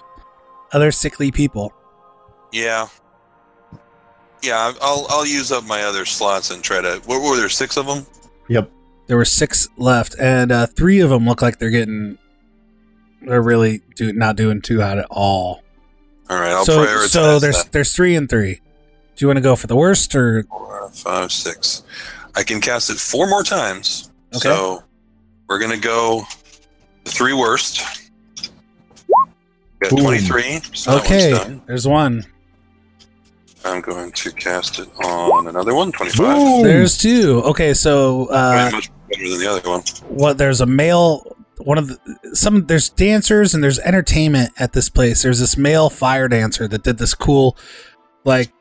other sickly people.
yeah, yeah. I'll I'll use up my other slots and try to. What were there? Six of them.
There were six left, and uh, three of them look like they're getting. They're really do, not doing too hot at all.
All right. I'll
so
prioritize.
so there's
that.
there's three and three. Do you want to go for the worst or
Four, five, six. I can cast it four more times.
Okay.
So we're gonna go the three worst. Got
Boom.
twenty-three. So that one's
okay?
done.
There's one.
I'm going to cast it on another one. Twenty-five.
There's two. Okay, so uh,
much better than the other one.
what there's a male one of the some there's dancers and there's entertainment at this place there's this male fire dancer that did this cool like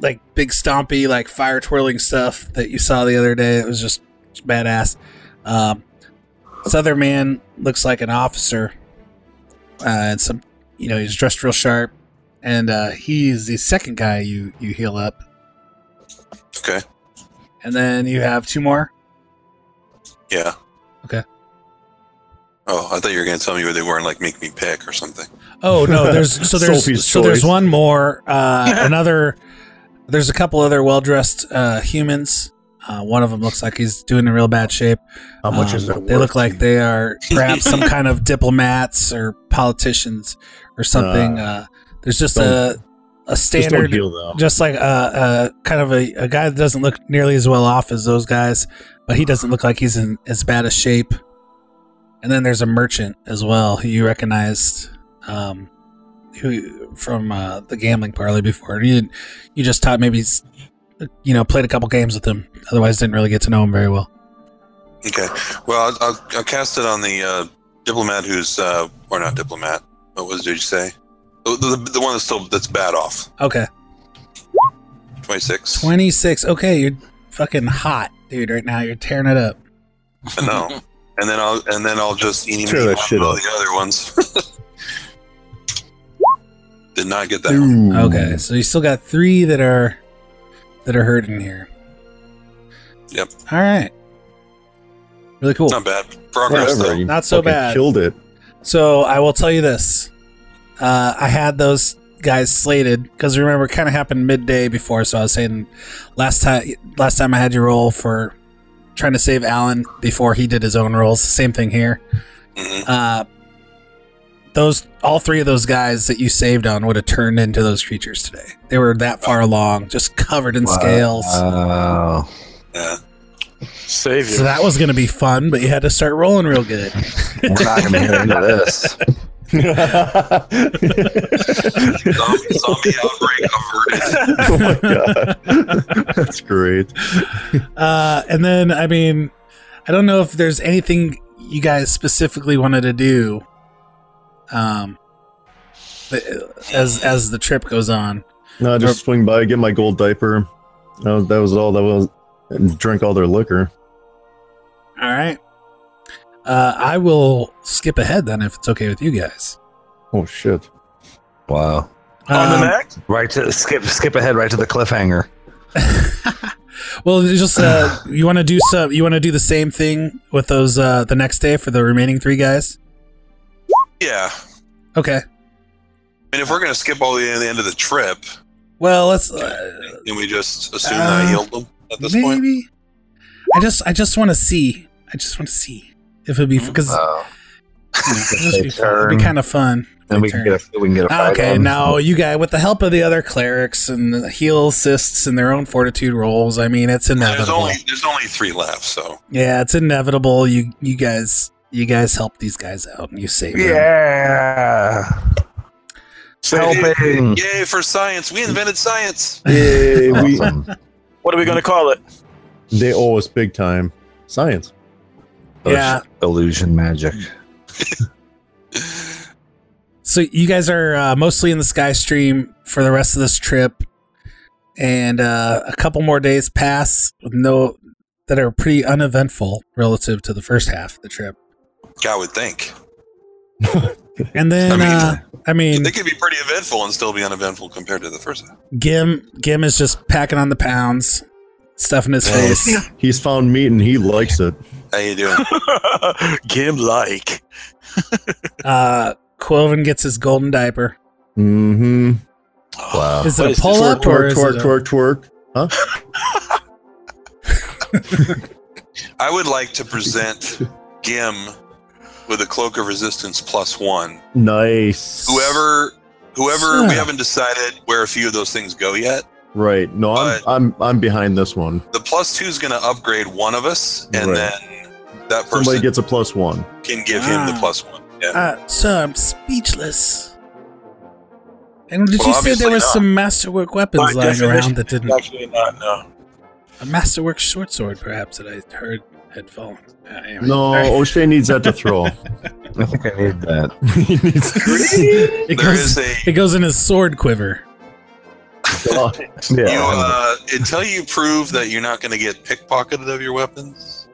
like big stompy like fire twirling stuff that you saw the other day it was just badass um this other man looks like an officer uh and some you know he's dressed real sharp and uh he's the second guy you you heal up
Okay.
and then you have two more
Yeah.
Okay.
Oh, I thought you were going to tell me where they were and like make me pick or something.
Oh no, there's so there's
Sophie's
so there's
choice.
one more uh, another. There's a couple other well dressed uh, humans. Uh, one of them looks like he's doing in real bad shape.
How much
Um,
is it?
They
worth
look
to
like
you?
they are perhaps some kind of diplomats or politicians or something. Uh, there's just a a
Just don't
standard, just,
heal them.
like a, a kind of a, a guy that doesn't look nearly as well off as those guys, but he doesn't look like he's in as bad a shape. And then there's a merchant as well who you recognized, um, who from uh, the gambling parley before. You didn't, you just taught maybe, he's, you know, played a couple games with him. Otherwise, didn't really get to know him very well.
Okay. Well, I'll, I'll, I'll cast it on the uh, diplomat who's, uh, or not diplomat. What was did you say? The, the, the one that's still that's bad off.
Okay,
Twenty six.
twenty six. Okay, you're fucking hot, dude. Right now, you're tearing it up.
No. And then I'll and then I'll just eat
Tear that shit
all
up.
the other ones. Did not get that. one.
Ooh.
Okay, so you still got three that are that are hurting here.
Yep.
All right. Really cool.
Not bad. Progress
Whatever,
though.
you
Not so
fucking
bad.
Killed it.
So I will tell you this: uh, I had those guys slated because remember, it kind of happened midday before. So I was saying last time, last time I had you roll for trying to save Alan before he did his own rolls. Same thing here.
Mhm.
Uh, those all three of those guys that you saved on would have turned into those creatures today. They were that far along, just covered in scales.
Wow.
Yeah.
savior
So that was going to be fun, but you had to start rolling real good.
We're not going to hear into this.
Zombie, zombie outbreak averted.
oh my god, that's great.
Uh, and then, I mean, I don't know if there's anything you guys specifically wanted to do, um, but, uh, as as the trip goes on.
No, I just swing by, get my gold diaper. That was, that was all. That was and drink all their liquor.
All right, uh, I will skip ahead then if it's okay with you guys.
Oh shit.
Wow.
on the
Um,
neck.
Right to skip skip ahead right to the cliffhanger.
Well, it's just uh, you want to do some. You want to do the same thing with those uh, the next day for the remaining three guys.
Yeah.
Okay.
I mean, if we're gonna skip all the, the end of the trip,
Well, let's uh,
can we just assume that I
Uh,
healed them at this
maybe.
point?
I just I just want to see. I just want to see if it'd be because it'd be, fun. It'd be kind of fun.
Then we can get a we can get a fight
Ah, okay,
on.
now you guys, with the help of the other clerics and the heal assists and their own fortitude rolls, I mean, it's
There's
inevitable.
only there's only three left, so
yeah, it's inevitable. You you guys you guys help these guys out and you save them.
Yeah. Helping.
yay for science! We invented science.
Yay, we,
Awesome.
What are we going to call it?
they owe us big time. Science.
Yeah.
Illusion magic.
So you guys are uh, mostly in the sky stream for the rest of this trip, and uh, a couple more days pass with no that are pretty uneventful relative to the first half of the trip.
God would think
And then,
I mean-
uh, I mean,
they could be pretty eventful and still be uneventful compared to the first. half.
Gim Gim is just packing on the pounds, stuffing his face.
He's found meat and he likes it.
How you doing?
Gim like.
Uh, Quoven gets his golden diaper.
Mm-hmm.
Wow.
Is
What
it a
is this?
pull
Twerk,
up
twerk,
or is
twerk,
it a-
twerk, twerk.
I would like to present Gim with a cloak of resistance plus one.
Nice.
Whoever, whoever,
Sure.
we haven't decided where a few of those things go yet.
Right. No, I'm, I'm I'm behind this one.
The plus two is going to upgrade one of us, and
Right.
then that
Somebody
person
gets a plus one.
can give him
Ah.
the plus one. Yeah.
Uh, sir, I'm speechless. And did
Well,
you say there
obviously
was
not.
some masterwork weapons
By
lying
definition,
around that didn't?
Actually, not. No.
A masterwork short sword, perhaps, that I heard had fallen. Uh, anyway.
No, O'Shea needs that to throw.
I think I need that.
He needs-
it,
There
goes,
is a
it goes in his sword quiver.
Yeah.
you uh, until you prove that you're not going to get pickpocketed of your weapons.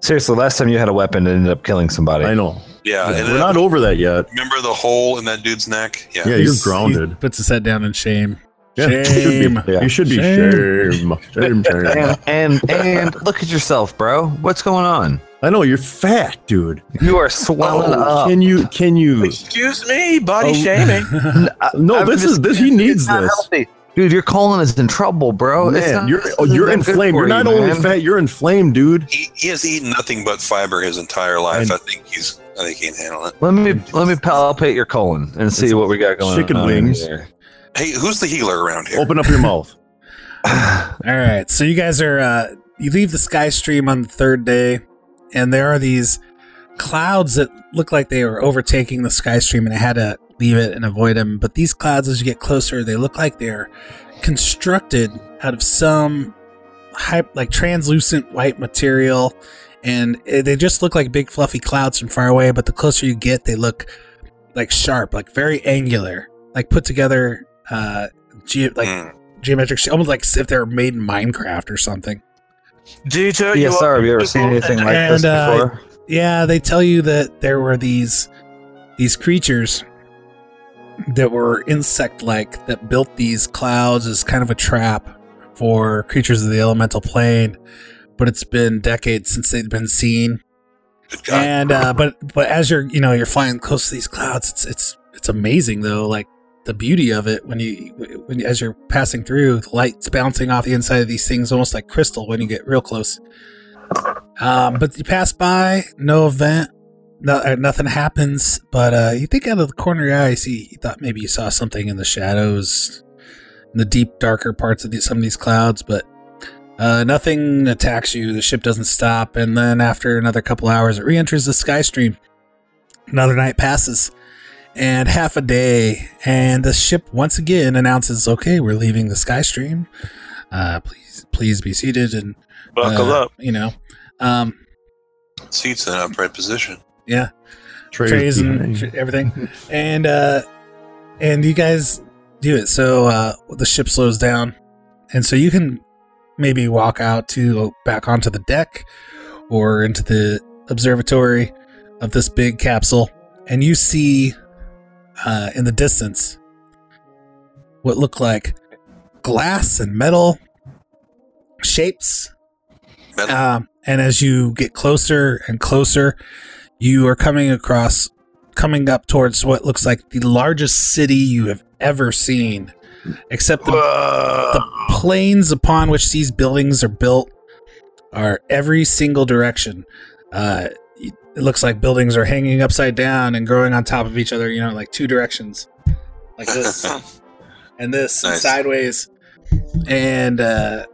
Seriously, last time you had a weapon, it ended up killing somebody.
I know.
Yeah, and
We're
then-
not over that yet.
remember the hole in that dude's neck. Yeah,
Yeah, you're
He's- He
grounded.
puts his head down in shame.
Yeah, you should
Shame.
be, you should be shame.
Shame.
Shame, shame.
And, and and look at yourself, bro. What's going on?
I know you're fat, dude. Oh,
You are swelling up.
Can you? Can you?
Excuse me,
Oh.
body shaming.
No,
uh, I'm
this
just-
is this. He needs
It's not
this.
healthy. Dude, your colon is in trouble, bro. It's
Man,
not-
you're
this
oh,
isn't
you're
good
inflamed.
for
You're
you,
not only
man.
fat. You're inflamed, dude.
he, he has eaten nothing but fiber his entire life.
And-
I think he's. I think he can handle it.
Let me let me palpate your colon and see what we got going
Chicken
on.
wings.
Hey, who's the healer around here?
Open up your mouth.
All right, so you guys are uh, you leave the sky stream on the third day, and there are these clouds that look like they were overtaking the sky stream, and I had to leave it and avoid them. But these clouds, as you get closer, they look like they're constructed out of some hy- like translucent white material, and eh, they just look like big fluffy clouds from far away. But the closer you get, they look like sharp, like very angular, like put together, uh, ge- like
Mm.
geometric shape, almost like if they were made in Minecraft or something.
Detail.
Yeah,
you
sorry. Have you ever seen
beautiful and-
anything like this
and, uh,
before?
Yeah, they tell you that there were these these creatures that were insect-like that built these clouds as kind of a trap for creatures of the elemental plane, but it's been decades since they've been seen.
Good God.
And uh, but but as you're you know you're flying close to these clouds, it's it's it's amazing though, like the beauty of it when you when you- as you're passing through, the light's bouncing off the inside of these things almost like crystal when you get real close. Um, but you pass by, no event, no, uh, nothing happens. But uh, you think out of the corner of your eye, you see you thought maybe you saw something in the shadows, in the deep darker parts of these, some of these clouds, but uh, nothing attacks you. The ship doesn't stop, and then after another couple hours, it re-enters the sky stream. Another night passes, and half a day, and the ship once again announces, "Okay, we're leaving the sky stream. Uh, please, please be seated and
Buckle
uh,
up.
You know, um,
Seats in an upright position.
yeah,
Trey's
trays Mm-hmm. and
behind.
tr- everything, and uh, and you guys do it. So uh, the ship slows down, and so you can maybe walk out to back onto the deck or into the observatory of this big capsule, and you see uh, in the distance what looked like glass and metal shapes.
Metal.
Um, and as you get closer and closer, you are coming across, coming up towards what looks like the largest city you have ever seen, except the
Uh,
the plains upon which these buildings are built are every single direction. Uh, it looks like buildings are hanging upside down and growing on top of each other, you know, like two directions, like this and this and
Nice.
sideways, and uh,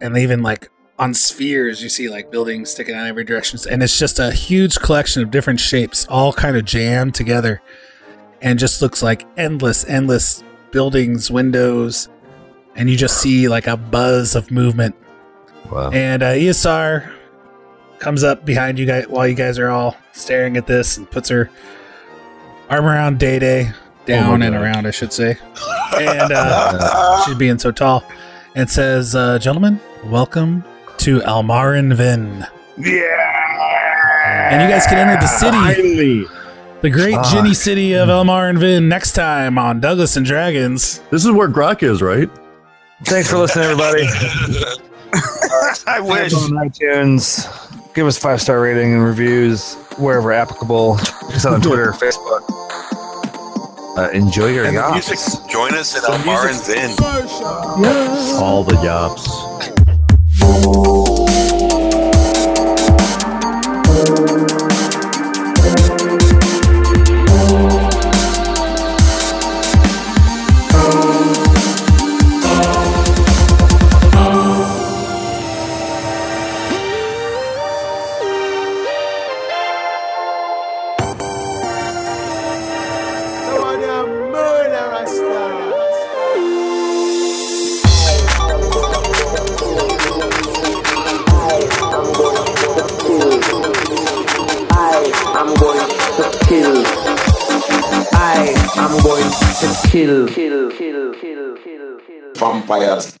and even like on spheres, you see like buildings sticking out in every direction, and it's just a huge collection of different shapes, all kind of jammed together, and just looks like endless, endless buildings, windows, and you just see like a buzz of movement.
Wow.
And uh, ESR comes up behind you guys while you guys are all staring at this and puts her arm around Day Day, down and around, I should say. And uh, she's being so tall, and says, uh, "Gentlemen, welcome to Almarin Vin."
Yeah.
And you guys can enter the city,
Finally,
the great
Fuck.
Ginny city of Almarin Vin, next time on Douglas and Dragons.
this is where Grok is, right?
Thanks for listening, everybody.
I wish.
on iTunes. Give us five star rating and reviews wherever applicable. Check us out on Twitter, Facebook.
Uh, enjoy your
And the
yacht.
music, join us at Almar and Vin.
All the yops.
I'm going to kill. I am going to kill. Kill, kill, kill, kill, kill.
Vampires.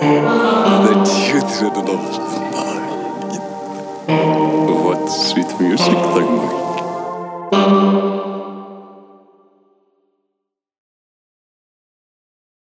the children of the night. What sweet music, like